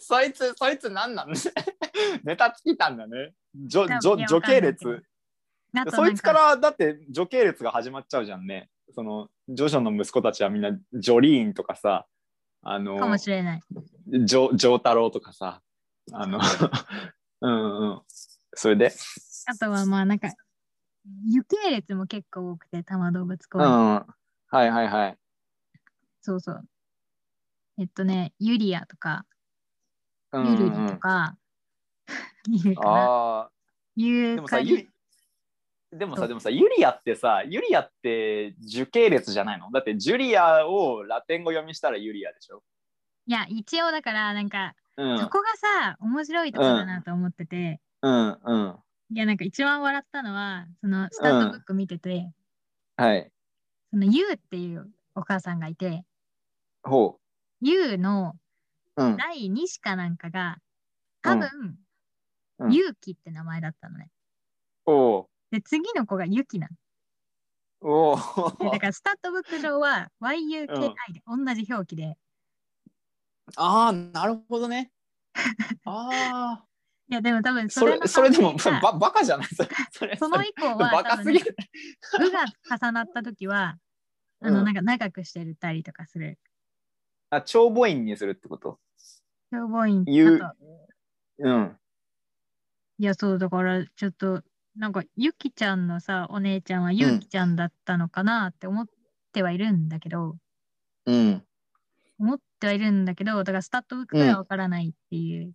Speaker 1: そいつ、そいつ何なん ネタ尽きたんだね。じょ、
Speaker 2: 多分
Speaker 1: じょ
Speaker 2: い
Speaker 1: 女
Speaker 2: や、
Speaker 1: 系
Speaker 2: わかんない
Speaker 1: 列。
Speaker 2: あと
Speaker 1: そいつか
Speaker 2: なん
Speaker 1: ら、だって、女系列が始まっちゃうじゃんね。その、ジョジョの息子たちはみんな、ジョリーンとかさ、あの、
Speaker 2: かもしれない
Speaker 1: ジョジョー太郎とかさあ のうんうんそれで
Speaker 2: あとはまあなんか有系列も結構多くて多摩動物
Speaker 1: う
Speaker 2: 公
Speaker 1: ん
Speaker 2: 園、
Speaker 1: はいはいはい
Speaker 2: そうそうえっとねユリアとか
Speaker 1: う
Speaker 2: ユ
Speaker 1: んうん
Speaker 2: ルリとか、いるかな
Speaker 1: あー
Speaker 2: ユ
Speaker 1: で
Speaker 2: ー
Speaker 1: もさ
Speaker 2: カ
Speaker 1: ゆ
Speaker 2: リ
Speaker 1: りでもさでもさユリアってさユリアって樹系列じゃないのだってジュリアをラテン語読みしたらユリアでしょ
Speaker 2: いや一応だからなんか
Speaker 1: うん
Speaker 2: そこがさ面白いところだなと思ってて、
Speaker 1: うんうん
Speaker 2: いやなんか一番笑ったのはそのスタートブック見てて、
Speaker 1: はい
Speaker 2: そのユウっていうお母さんがいて
Speaker 1: ほ
Speaker 2: ユウの
Speaker 1: ううん
Speaker 2: 第2子かなんかが多分、
Speaker 1: うん
Speaker 2: ユウキって名前だったのね。
Speaker 1: おう
Speaker 2: で次の子がユキな
Speaker 1: おお
Speaker 2: の。でだからスタッドブック上は YUKI
Speaker 1: うん
Speaker 2: で同じ表記で、
Speaker 1: ああなるほど ねああ
Speaker 2: いやでも多分
Speaker 1: そ
Speaker 2: それ
Speaker 1: れ
Speaker 2: の
Speaker 1: それでも
Speaker 2: 関係
Speaker 1: ば
Speaker 2: が
Speaker 1: バカじゃないそれそれ
Speaker 2: その以降は
Speaker 1: バ
Speaker 2: 多
Speaker 1: カ
Speaker 2: 分
Speaker 1: す
Speaker 2: な
Speaker 1: ぎ
Speaker 2: ん
Speaker 1: る
Speaker 2: か部が重なった時はあ
Speaker 1: う
Speaker 2: の
Speaker 1: ん
Speaker 2: なんか長くしてるたりとかする。
Speaker 1: あ、長母音にするってこと
Speaker 2: 消防員
Speaker 1: 言う
Speaker 2: あと。
Speaker 1: うん。
Speaker 2: いや、そう、だから、ちょっと、なんか、ゆきちゃんのさ、お姉ちゃんはゆきちゃんだったのかなって思ってはいるんだけど、
Speaker 1: うん。
Speaker 2: 思ってはいるんだけど、だから、スタッドブックがわからないっていう、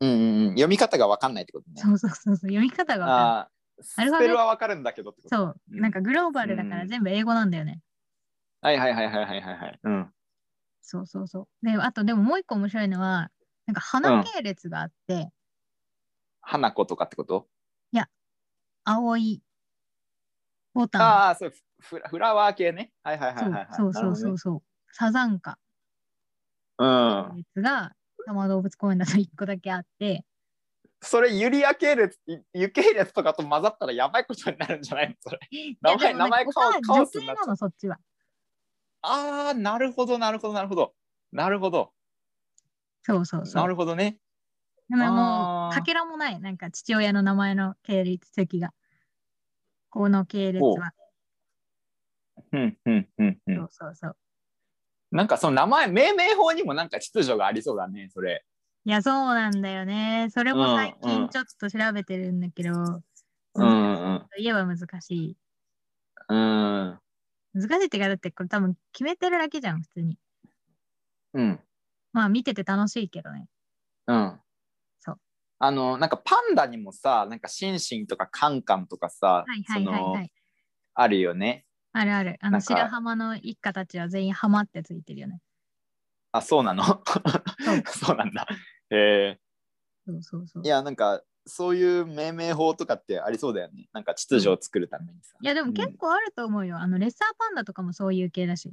Speaker 1: うんうん。読み方がわかんないってことね。
Speaker 2: そうそうそうそう、読み方がわか
Speaker 1: あース
Speaker 2: アルファベ
Speaker 1: ペルはわかるんだけどってこと
Speaker 2: らない。そう、なんか、グローバルだか
Speaker 1: う
Speaker 2: ら
Speaker 1: ん
Speaker 2: 全部英語なんだよね。
Speaker 1: はいはいはいはいはいはいはい。うん。
Speaker 2: そうそうそう。で、あと、でももう一個面白いのは、なんか、花系列があって、
Speaker 1: 花子とかってこと
Speaker 2: 青いボタン、
Speaker 1: ああ、そうフラ、フラワー系ね。はいはいはいはいはい。
Speaker 2: そうそうそうそうそう、サザンカ
Speaker 1: なるほどね。うん。
Speaker 2: 列が、多摩動物公園だと一個だけあって、
Speaker 1: それ、ユリア系列、ゆユ系列とかと混ざったらやばいことになるんじゃないのそれ。 名前、名前カオ
Speaker 2: 変
Speaker 1: カ
Speaker 2: 女
Speaker 1: オス
Speaker 2: 性
Speaker 1: になっち
Speaker 2: な
Speaker 1: ゃう。
Speaker 2: の、そっちは。
Speaker 1: ああ、なるほどなるほどなるほど。なるほど。
Speaker 2: そうそうそう。
Speaker 1: なるほどね。
Speaker 2: でもも
Speaker 1: あ
Speaker 2: う、
Speaker 1: ー
Speaker 2: かけらもない、なんか父親の名前の系列席が。この系列は。
Speaker 1: うんうんうんうん
Speaker 2: そ。うそうそう。
Speaker 1: なんかその名前、命名法にもなんか秩序がありそうだね、それ。
Speaker 2: いや、そうなんだよね。それも最
Speaker 1: うんう
Speaker 2: 近
Speaker 1: ん
Speaker 2: ちょっと調べてるんだけど、
Speaker 1: う
Speaker 2: 難しい
Speaker 1: ん
Speaker 2: と言えば難しい。
Speaker 1: うん。うん。
Speaker 2: 難しいっていうか、だってこれ多分決めてるだけじゃん、普通に。
Speaker 1: うん。
Speaker 2: まあ見てて楽しいけどね。
Speaker 1: うん。
Speaker 2: そう。
Speaker 1: あの、なんかパンダにもさ、なんかシンシンとかカンカンとかさ、
Speaker 2: はいはいはい
Speaker 1: そ
Speaker 2: は
Speaker 1: の
Speaker 2: い。
Speaker 1: あるよね。
Speaker 2: あるある。あ
Speaker 1: なん
Speaker 2: の、
Speaker 1: か
Speaker 2: 白浜の一家たちは全員ハマってついてるよね。
Speaker 1: あ、そうなの
Speaker 2: そう
Speaker 1: そうなんだ。え
Speaker 2: そうそうそう。
Speaker 1: ーいや、なんか、そういう命名法とかってありそうだよね。なんか秩序を作るためにさ。
Speaker 2: いやでも結構あると思うよ。あの、レッサーパンダとかもそういう系だし。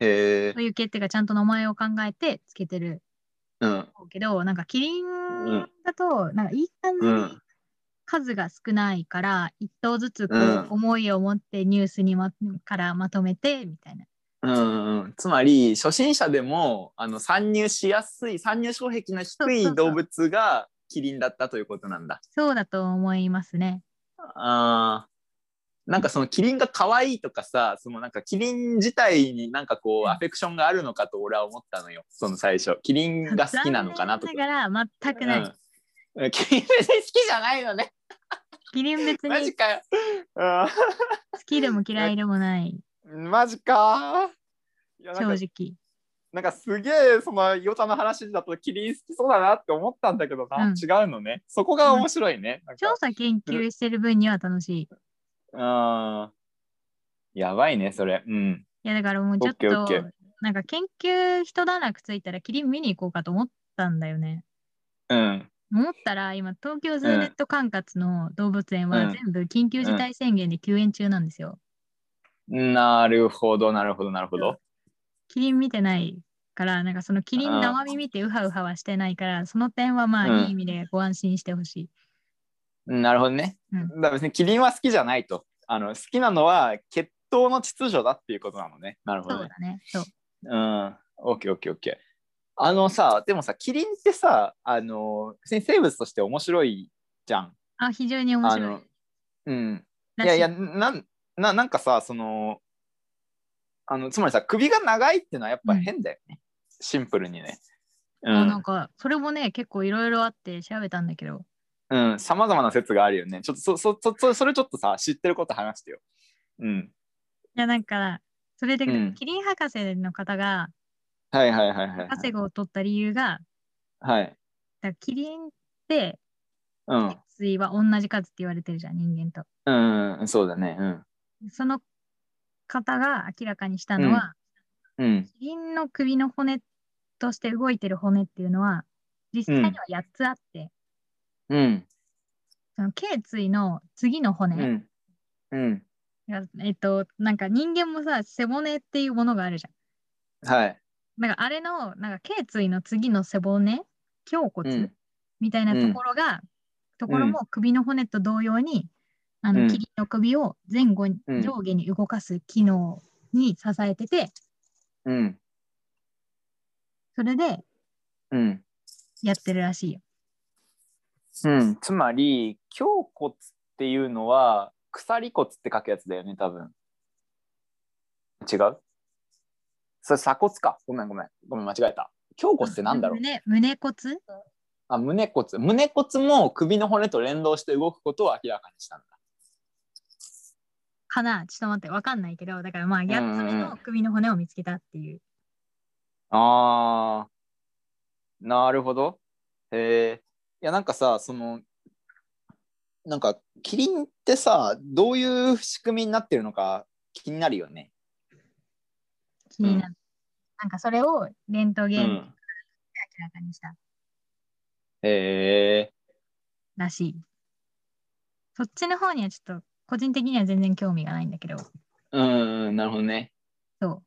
Speaker 1: へえ
Speaker 2: そう。いう系っていうか、ちゃんと名前を考えてつけてる
Speaker 1: うん。
Speaker 2: けど、なんかキリン
Speaker 1: ん
Speaker 2: だと、なんかいい感じ
Speaker 1: う
Speaker 2: に
Speaker 1: ん
Speaker 2: 数が少ないから、一頭ずつこ
Speaker 1: うん
Speaker 2: う思いを持ってニュースにまからまとめてみたいな。
Speaker 1: うんうん、つまり初心者でもあの参入しやすい参入障壁の低
Speaker 2: そうそうそ
Speaker 1: いう動物がキリンだったということなんだ。
Speaker 2: そうだと思いますね。
Speaker 1: あーなんかそのキリンが可愛いとかさそのなんかキリン自体になんかこうアフェクションがあるのかと俺は思ったのよその最初キリ ンが好きなのかなとか
Speaker 2: 残。念ながら全くない。
Speaker 1: うん、キリン別に好きじゃないのね
Speaker 2: キリン別
Speaker 1: マ
Speaker 2: に
Speaker 1: ジ
Speaker 2: 好
Speaker 1: かよ。
Speaker 2: きでも嫌いでもない、
Speaker 1: うん、マジかいやなん
Speaker 2: 正
Speaker 1: か
Speaker 2: 直。
Speaker 1: なんかすげえそのヨタの話だとキリン好きそうだなって思ったんだけどな、
Speaker 2: うん
Speaker 1: 違うのねそこが面白いね、なんか
Speaker 2: 調査研究してる分には楽しい。い
Speaker 1: あーやばいねそれうん
Speaker 2: やだからもうちょっと
Speaker 1: オッケーオッケ、
Speaker 2: なんか研究一段落ついたらキリン見に行こうかと思ったんだよね。
Speaker 1: うん
Speaker 2: 思ったら今東京ズーネット管轄の動物園
Speaker 1: う
Speaker 2: は
Speaker 1: ん
Speaker 2: 全部緊急事態宣言で休園中なんですよ。
Speaker 1: なるほどなるほどなるほど
Speaker 2: キリン見てないからなんかそのキリン生身見てウハウハはしてないからその点はま
Speaker 1: う
Speaker 2: あ
Speaker 1: ん
Speaker 2: いい意味でご安心してほしい。
Speaker 1: うんなるほどね、
Speaker 2: うん
Speaker 1: だから別にキリンは好きじゃないとあの好きなのは血統の秩序だっていうことなのねなるほ
Speaker 2: そ
Speaker 1: ど
Speaker 2: う
Speaker 1: ね
Speaker 2: だね。そう。
Speaker 1: うん、オッケーオッケーオッケー。あのさ、でもさ、キリンってさ、あの、普通に生物として面白いじゃん。
Speaker 2: あ非常に面
Speaker 1: あ
Speaker 2: 白い
Speaker 1: の、うん。い
Speaker 2: らし。
Speaker 1: やいや、なん、ななんかさ、その、あの、つまりさ、首が長いっていうのはやっぱ変だよね。シンプルにね。う
Speaker 2: あなん
Speaker 1: ん
Speaker 2: かそれもね結構いろいろあって調べたんだけど。
Speaker 1: うん、さまざまな説があるよね。ちょっとそそそそそれちょっとさ、知ってること話してよ。うん。
Speaker 2: いやなんかそれで、
Speaker 1: うん
Speaker 2: キリン博士の方が
Speaker 1: はいはいはいはい。
Speaker 2: 博士号を取った理由が
Speaker 1: はい。
Speaker 2: だからキリンって
Speaker 1: うん。
Speaker 2: 水は同じ数って言われてるじゃん人間と。
Speaker 1: うんうん、そうだね。
Speaker 2: その方が明らかにしたのは、
Speaker 1: うん。うん。
Speaker 2: キリンの首の骨として動いてる骨っていうのは実際には8つあって、
Speaker 1: うん。
Speaker 2: その頸椎の次の
Speaker 1: う
Speaker 2: 骨
Speaker 1: ん。うん。
Speaker 2: が、えっとなんか人間もさ背骨っていうものがあるじゃ
Speaker 1: はい。
Speaker 2: ん。なんかあれのなんか頸椎の次の背骨胸
Speaker 1: う
Speaker 2: 骨
Speaker 1: ん。
Speaker 2: みたいなところが、ところも首の骨と同様にあの、
Speaker 1: うん
Speaker 2: キリンの首を前後に、
Speaker 1: うん
Speaker 2: 上下に動かす機能に支えてて
Speaker 1: うん。
Speaker 2: それで
Speaker 1: うん。
Speaker 2: やってるらしいよ。
Speaker 1: うん、つまり胸骨っていうのは鎖骨って書くやつだよね多分違うそれ鎖骨かごめんごめんごめん間違えた胸骨ってなんだろう
Speaker 2: 胸胸骨
Speaker 1: あ胸骨胸骨も首の骨と連動して動くことを明らかにしたんだ
Speaker 2: かなちょっと待って、わかんないけど、だからま
Speaker 1: ん
Speaker 2: あ、
Speaker 1: うん
Speaker 2: 8つ目の首の骨を見つけたっていう。
Speaker 1: あーなるほどへえいやなんかさそのなんかキリンってさどういう仕組みになってるのか気になるよね
Speaker 2: 気になる。なんかそれをレントゲンで明
Speaker 1: ん
Speaker 2: らかにした
Speaker 1: へえ
Speaker 2: らしい。そっちの方にはちょっと、個人的には全然興味がないんだけど。
Speaker 1: うんうん、なるほどね。
Speaker 2: そう。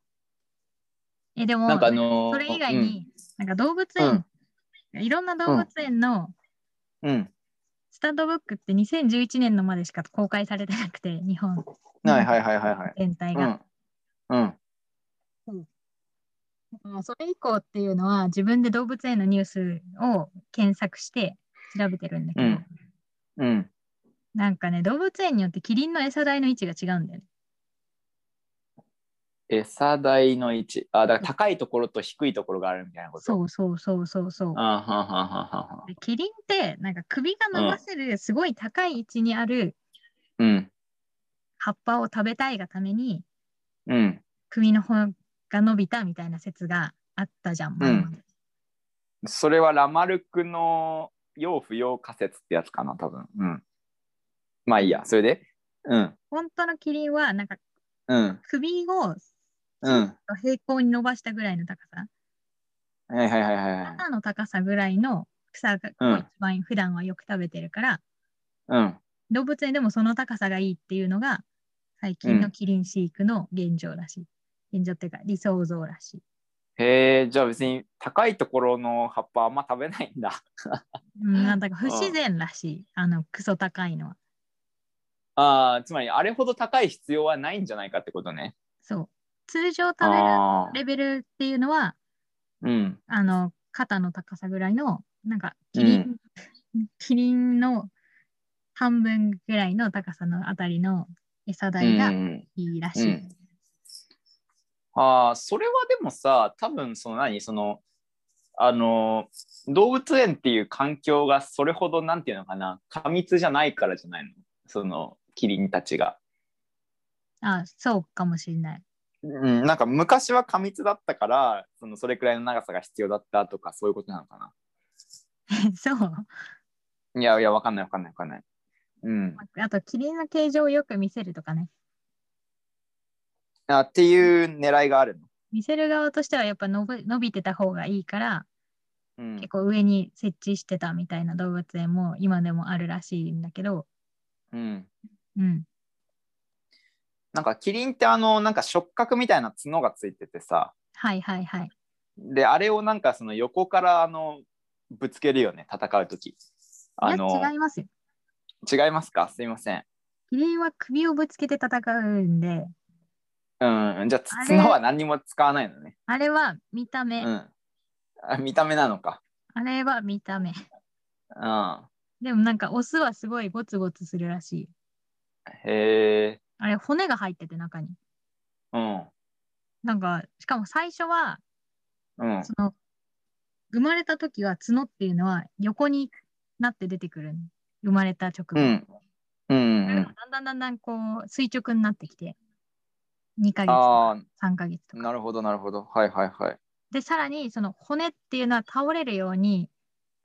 Speaker 2: え、でも、
Speaker 1: なんかあのー
Speaker 2: それ以外に、、なんか動物園、いろんな動物園の
Speaker 1: うん、うん
Speaker 2: スタンドブックって2011年のまでしか公開されてなくて、日本
Speaker 1: はいはいはいはいはい。
Speaker 2: 全体
Speaker 1: う
Speaker 2: が。
Speaker 1: ん、うん、
Speaker 2: まあそれ以降っていうのは自分で動物園のニュースを検索して調べてるんだけ
Speaker 1: う
Speaker 2: ど、
Speaker 1: ん、うん。
Speaker 2: なんかね動物園によってキリンの餌代の位置が違うんだよね。
Speaker 1: 餌代の位置。あ、だから高いところと低いところがあるみたいなこと。。
Speaker 2: そううそうそうそうそう。
Speaker 1: あはんはんはんはんはん
Speaker 2: でキリンってなんか首が伸ばせるすごい高い位置にある
Speaker 1: うん。
Speaker 2: 葉っぱを食べたいがために
Speaker 1: うん。
Speaker 2: 首の方が伸びたみたいな説があったじゃん。
Speaker 1: うんそれはラマルクの要不要仮説ってやつかな、多分。うん。まあいいや、それで。うん。
Speaker 2: 本当のキリンはなんか
Speaker 1: うん。
Speaker 2: 首を
Speaker 1: うん。
Speaker 2: 平行に伸ばしたぐらいの高さ、
Speaker 1: はいはいはいはいはい。
Speaker 2: 肩の高さぐらいの草が
Speaker 1: うん
Speaker 2: 一番普段はよく食べてるから、
Speaker 1: うん。
Speaker 2: 動物園でもその高さがいいっていうのが最近のキリン飼育の現状らしい。現状っていうか理想像らしい。
Speaker 1: へえ、じゃあ別に高いところの葉っぱあんま食べないんだ。
Speaker 2: うん、なんだか不自然らしい。あのクソ高いのは。
Speaker 1: ああ、つまりあれほど高い必要はないんじゃないかってことね。
Speaker 2: そう。通常食べる
Speaker 1: ああ。
Speaker 2: レベルっていうのは、
Speaker 1: うん。
Speaker 2: あの、肩の高さぐらいの、なんか、キリン、キリンの半分ぐらいの高さのあたりの餌
Speaker 1: う
Speaker 2: 代
Speaker 1: んう
Speaker 2: が
Speaker 1: ん
Speaker 2: いいら
Speaker 1: う
Speaker 2: しい。
Speaker 1: ん。ああ、それはでもさ、多分その何、その、あの、動物園っていう環境がそれほどなんていうのかな、過密じゃないからじゃないのその、キリンたちが。
Speaker 2: あ、そうかもしれない。
Speaker 1: うん、なんか昔は過密だったから、そのそれくらいの長さが必要だったとか、そういうことなのかな。
Speaker 2: そう。
Speaker 1: いやいや、わかんないわかんないわかんない。うん。
Speaker 2: あと、キリンの形状をよく見せるとかね。
Speaker 1: あっていう狙いがあるの。
Speaker 2: 見せる側としてはやっぱ伸び伸びてた方がいいから、
Speaker 1: うん
Speaker 2: 結構上に設置してたみたいな動物園も今でもあるらしいんだけど、
Speaker 1: うん、
Speaker 2: うん。
Speaker 1: なんかキリンってあのなんか触覚みたいな角がついててさ
Speaker 2: はいはいはい。
Speaker 1: であれをなんかその横からあのぶつけるよね戦う時あ
Speaker 2: い
Speaker 1: の
Speaker 2: や違いますよ。
Speaker 1: 違いますかすいません、
Speaker 2: キリンは首をぶつけて戦うんで、
Speaker 1: うん、じゃあ
Speaker 2: あれ
Speaker 1: 角は何にも使わないのね、
Speaker 2: あれは見た
Speaker 1: う
Speaker 2: 目、
Speaker 1: ん、あ見た目なのか、
Speaker 2: あれは見た目。
Speaker 1: う
Speaker 2: でもなんかオスはすごいゴツゴツするらしい。
Speaker 1: ん、へえ、
Speaker 2: あれ骨が入ってて中に。
Speaker 1: うん
Speaker 2: なんかしかも最初は
Speaker 1: うん、
Speaker 2: その生まれた時は角っていうのは横になって出てくるの生まれた直後。
Speaker 1: うんうんうんうん
Speaker 2: だんだんだんだんこう垂直になってきて2ヶ月とか
Speaker 1: ああ
Speaker 2: 3ヶ月とか。
Speaker 1: なるほどなるほどはいはいはい
Speaker 2: でさらにその骨っていうのは倒れるように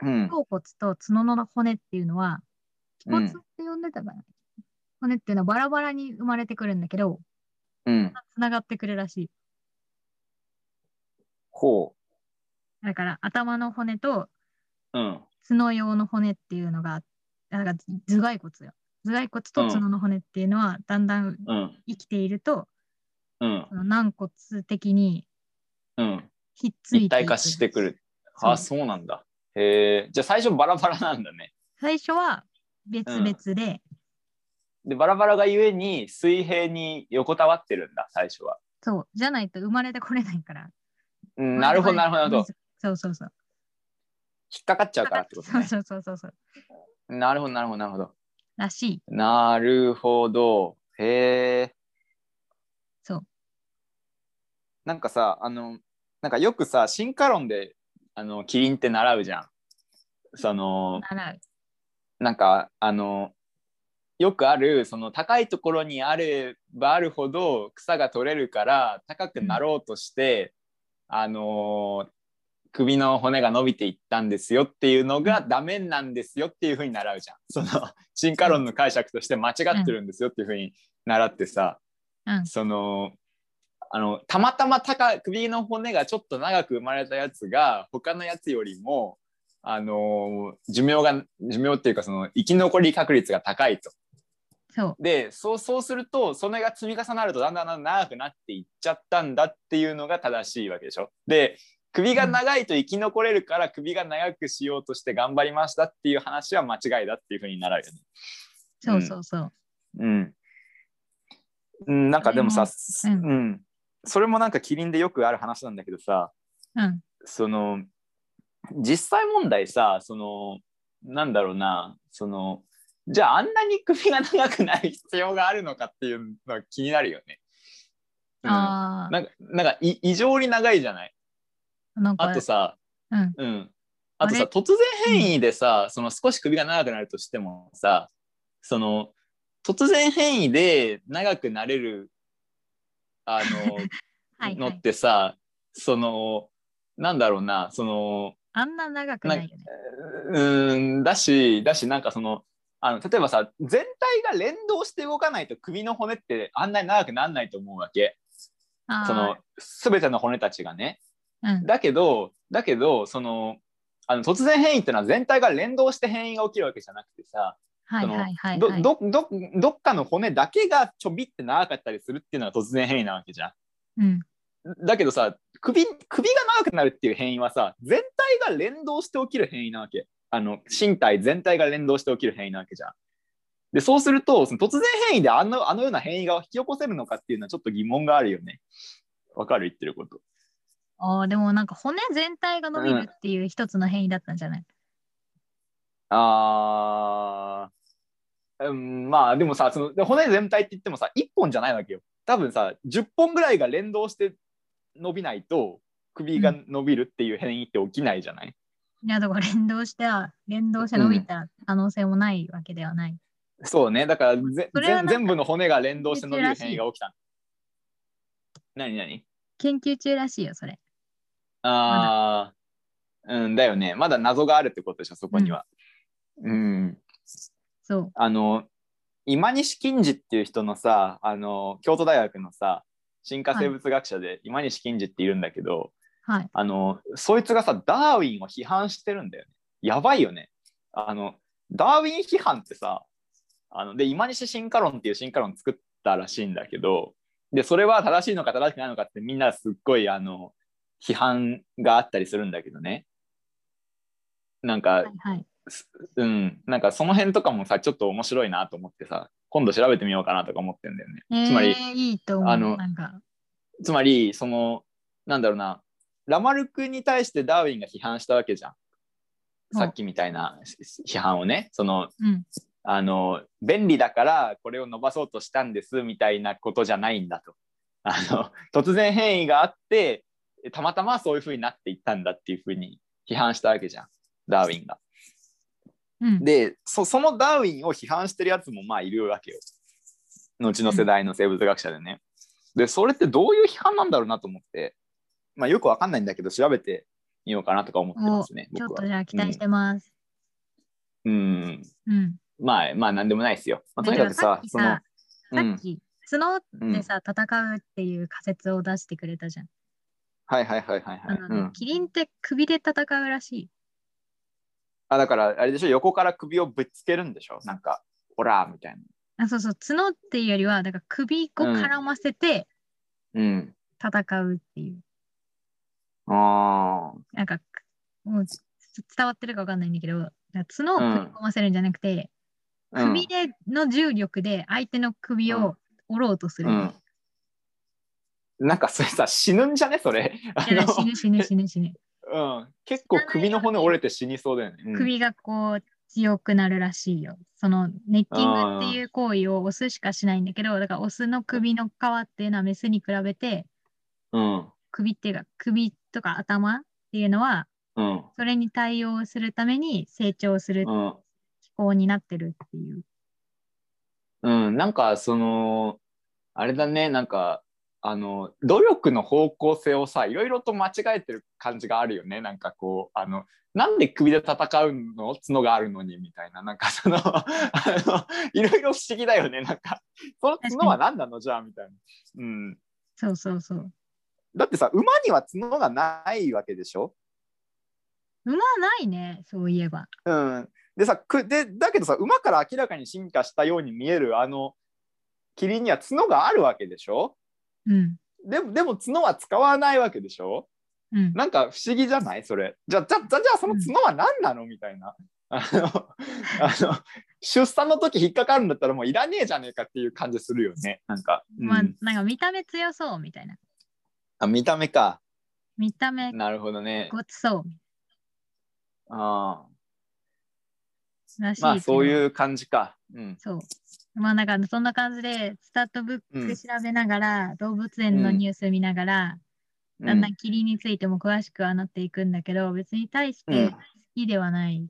Speaker 1: うん
Speaker 2: 頭骨と角の骨っていうのは気骨って呼んでたかな、骨っていうのはバラバラに生まれてくるんだけど
Speaker 1: うん
Speaker 2: つながってくるらしい
Speaker 1: ほ
Speaker 2: だから頭の骨と
Speaker 1: ううん
Speaker 2: 角用の骨っていうのがだから頭蓋骨よ頭蓋骨と角の骨っていうのはだんだん
Speaker 1: うん
Speaker 2: 生きていると、
Speaker 1: うん
Speaker 2: その軟骨的に
Speaker 1: うん
Speaker 2: ひっついてい
Speaker 1: 一体化してくる。あ、
Speaker 2: そ
Speaker 1: そうなんだ。へえ。じゃあ最初バラバラなんだね。
Speaker 2: 最初は別々で、
Speaker 1: で、バラバラがゆえに水平に横たわってるんだ、最初は。
Speaker 2: そうじゃないと生まれてこれないから
Speaker 1: うん、なるほど、なるほど、なるほど。
Speaker 2: そうそうそう
Speaker 1: 引っかかっちゃうからってことね。
Speaker 2: そうそうそうそう
Speaker 1: なるほど、なるほど、なるほど。
Speaker 2: らしい
Speaker 1: なるほど。へえ。
Speaker 2: そう。
Speaker 1: なんかさ、あの、なんかよくさ、進化論で、あの、キリンって習うじゃん。その、
Speaker 2: 習う
Speaker 1: なんかあのよくあるその高いところにあればあるほど草が取れるから高くなろうとして、あの首の骨が伸びていったんですよっていうのがダメなんですよっていうふうに習うじゃんその進化論の解釈として間違ってるんですよっていうふうに習ってさ、
Speaker 2: うん
Speaker 1: そのあのたまたま高い首の骨がちょっと長く生まれたやつが他のやつよりもあのー寿命が寿命っていうかその生き残り確率が高いと。
Speaker 2: そう
Speaker 1: でそうそうするとそれが積み重なるとだんだんだんだん長くなっていっちゃったんだっていうのが正しいわけでしょ。で首が長いと生き残れるから首が長くしようとして頑張りましたっていう話は間違いだっていうふうになるよね。
Speaker 2: そうそうそう、
Speaker 1: うん。うん、なんかでもさ、
Speaker 2: れも
Speaker 1: うんそれもなんかキリンでよくある話なんだけどさ、
Speaker 2: うん
Speaker 1: その実際問題さそのなんだろうなそのじゃああんなに首が長くなる必要があるのかっていうのは気になるよね。うん
Speaker 2: あ
Speaker 1: なんか、なんかい異常に長いじゃない
Speaker 2: あ、なんか
Speaker 1: あとさ、
Speaker 2: うん
Speaker 1: うん。あと
Speaker 2: あ
Speaker 1: さ、
Speaker 2: れ
Speaker 1: 突然変異でさ、その少し首が長くなるとしてもさ、その、突然変異で長くなれる、あの、
Speaker 2: はい
Speaker 1: の
Speaker 2: は
Speaker 1: っ
Speaker 2: い、
Speaker 1: てさ、その、なんだろうな、その、
Speaker 2: あんな長くないよね。
Speaker 1: うーんだしだしなんかそのあの例えばさ全体が連動して動かないと首の骨ってあんなに長くならないと思うわけ
Speaker 2: あー
Speaker 1: その全ての骨たちがね。
Speaker 2: うん
Speaker 1: だけどだけどそのあの突然変異ってのは全体が連動して変異が起きるわけじゃなくてさ
Speaker 2: はい
Speaker 1: その
Speaker 2: はいはい、
Speaker 1: ど
Speaker 2: はい。
Speaker 1: どどどっかの骨だけがちょびって長かったりするっていうのが突然変異なわけじゃん。
Speaker 2: うん、
Speaker 1: だけどさ首首が長くなるっていう変異はさ全体が連動して起きる変異なわけあの身体全体が連動して起きる変異なわけじゃん。でそうするとその突然変異であのあのような変異が引き起こせるのかっていうのはちょっと疑問があるよね。わかる言ってること。
Speaker 2: あーでもなんか骨全体が伸びるっていう一つの変異だったんじゃない、
Speaker 1: あーうんまあでもさそので骨全体って言ってもさ1本じゃないわけよ。多分さ10本ぐらいが連動して伸びないと首が伸びるっていう変異って起きないじゃない、
Speaker 2: いやだから連動しては連動して伸びた可能性もないわけではない。
Speaker 1: そうね、だからぜ
Speaker 2: それはなん
Speaker 1: 全
Speaker 2: か
Speaker 1: 全部の骨が連動して伸びる
Speaker 2: 珍しい
Speaker 1: 変異が起きた。何何
Speaker 2: 研究中らしいよそれ。
Speaker 1: ああ、うんだよね。まだ謎があるってことでしょ、そこには。うん。
Speaker 2: そう。
Speaker 1: あの、今西金次っていう人のさ、あの、京都大学のさ、進化生物学者で今西金次っているんだけど、
Speaker 2: はい。
Speaker 1: あの、そいつがさ、ダーウィンを批判してるんだよね。やばいよね。あの、ダーウィン批判ってさ、あの、で、今西進化論っていう進化論作ったらしいんだけど、で、それは正しいのか正しくないのかってみんなすっごい、あの、批判があったりするんだけどね。なんか
Speaker 2: はい、はい。
Speaker 1: すうん、なんかその辺とかもさ、ちょっと面白いなと思ってさ、今度調べてみようかなとか思ってんだよね。
Speaker 2: えー、
Speaker 1: つまり、
Speaker 2: いいと思う。
Speaker 1: あの
Speaker 2: なんか、
Speaker 1: つまりそのなんだろうなラマルクに対してダーウィンが批判したわけじゃん
Speaker 2: うん
Speaker 1: さっきみたいなし批判をねその
Speaker 2: うん。
Speaker 1: あの便利だからこれを伸ばそうとしたんですみたいなことじゃないんだとあの突然変異があってたまたまそういうふうになっていったんだっていうふうに批判したわけじゃんダーウィンが。
Speaker 2: うん、
Speaker 1: でそそのダーウィンを批判してるやつもまあいるわけよ後の世代の生物学者でね。でそれってどういう批判なんだろうなと思って、まあ、よくわかんないんだけど調べてみようかなとか思ってますね
Speaker 2: ちょっ
Speaker 1: 僕
Speaker 2: と
Speaker 1: は。
Speaker 2: じゃあ期待してます。
Speaker 1: うん
Speaker 2: うん。
Speaker 1: まあまあなんでもないですよ。まあ、とにかくさ
Speaker 2: だからさっき
Speaker 1: その
Speaker 2: さ、
Speaker 1: う
Speaker 2: さ
Speaker 1: ん
Speaker 2: っ、き、スノーでさ、戦うっていう仮説を出してくれたじゃん。
Speaker 1: はいはいはいはいは
Speaker 2: あ
Speaker 1: い。
Speaker 2: の
Speaker 1: う
Speaker 2: ね、
Speaker 1: ん、
Speaker 2: キリンって首で戦うらしい。
Speaker 1: あだからあれでしょ横から首をぶっつけるんでしょなんか「オラ!」みたいな。
Speaker 2: あ、そうそう、角っていうよりは、だから首を絡ませて
Speaker 1: うん、
Speaker 2: 戦うっていう。
Speaker 1: あー
Speaker 2: なんか、もうつ伝わってるかわかんないんだけど、だから角を組み込ませるんじゃなくて、
Speaker 1: うん
Speaker 2: 首での重力で相手の首を折ろうとする。
Speaker 1: うん、なんかそれさ死ぬんじゃねそれ。あ
Speaker 2: いや
Speaker 1: の
Speaker 2: 死ぬ死ぬ死ぬ死ぬ。
Speaker 1: うん、結構首の骨折れて死にそうだよね。 うん、
Speaker 2: 首がこう強くなるらしいよ。そのネッキングっていう行為をオスしかしないんだけど、だからオスの首の皮っていうのはメスに比べて、
Speaker 1: うん、
Speaker 2: 首っていうか首とか頭っていうのは、
Speaker 1: うん、
Speaker 2: それに対応するために成長する
Speaker 1: うん、
Speaker 2: 機構になってるっていう。
Speaker 1: うん、なんかそのあれだね、なんかあの努力の方向性をさ、いろいろと間違えてる感じがあるよね。なんかこうあのなんで首で戦うの角があるのにみたいななんかその あのいろいろ不思議だよね。なんかその角は何なのじゃあみたいな。うん、
Speaker 2: そうそうそう。
Speaker 1: だってさ馬には角がないわけでしょ。
Speaker 2: 馬ないね、そういえば。
Speaker 1: うん、でさくでだけどさ馬から明らかに進化したように見えるあのキリンには角があるわけでしょ
Speaker 2: うん。
Speaker 1: でもでも角は使わないわけでしょ
Speaker 2: うん、
Speaker 1: なんか不思議じゃないそれじゃあじゃあじゃあじゃあその角は何なのみたいなあの あの出産の時引っかかるんだったらもういらねえじゃねえかっていう感じするよねなんか、うん
Speaker 2: まあ、なんか見た目強そうみたいな。
Speaker 1: あ見た目か
Speaker 2: 見た目
Speaker 1: なるほどね
Speaker 2: ごつそう
Speaker 1: あ
Speaker 2: らしいけ
Speaker 1: ー
Speaker 2: ど。
Speaker 1: まあそういう感じかうん
Speaker 2: そう。まあなんかそんな感じで、スタートブッ
Speaker 1: うん
Speaker 2: ク調べながら、動物園のニュース見ながら、だんだんキリンについても詳しくはなっていくんだけど、別に対し
Speaker 1: うん
Speaker 2: て好きではない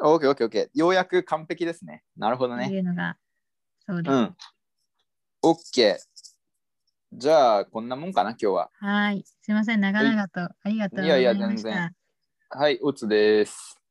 Speaker 1: オッケーオッケーオッケー。ようやく完璧ですね。なるほど
Speaker 2: って
Speaker 1: ね。
Speaker 2: いうのが、そうで
Speaker 1: う
Speaker 2: す。
Speaker 1: ん。オッケー。じゃあ、こんなもんかな、今日は。
Speaker 2: はーい。すいません、長々とありがとうございました。
Speaker 1: いやいや全然はい、オツです。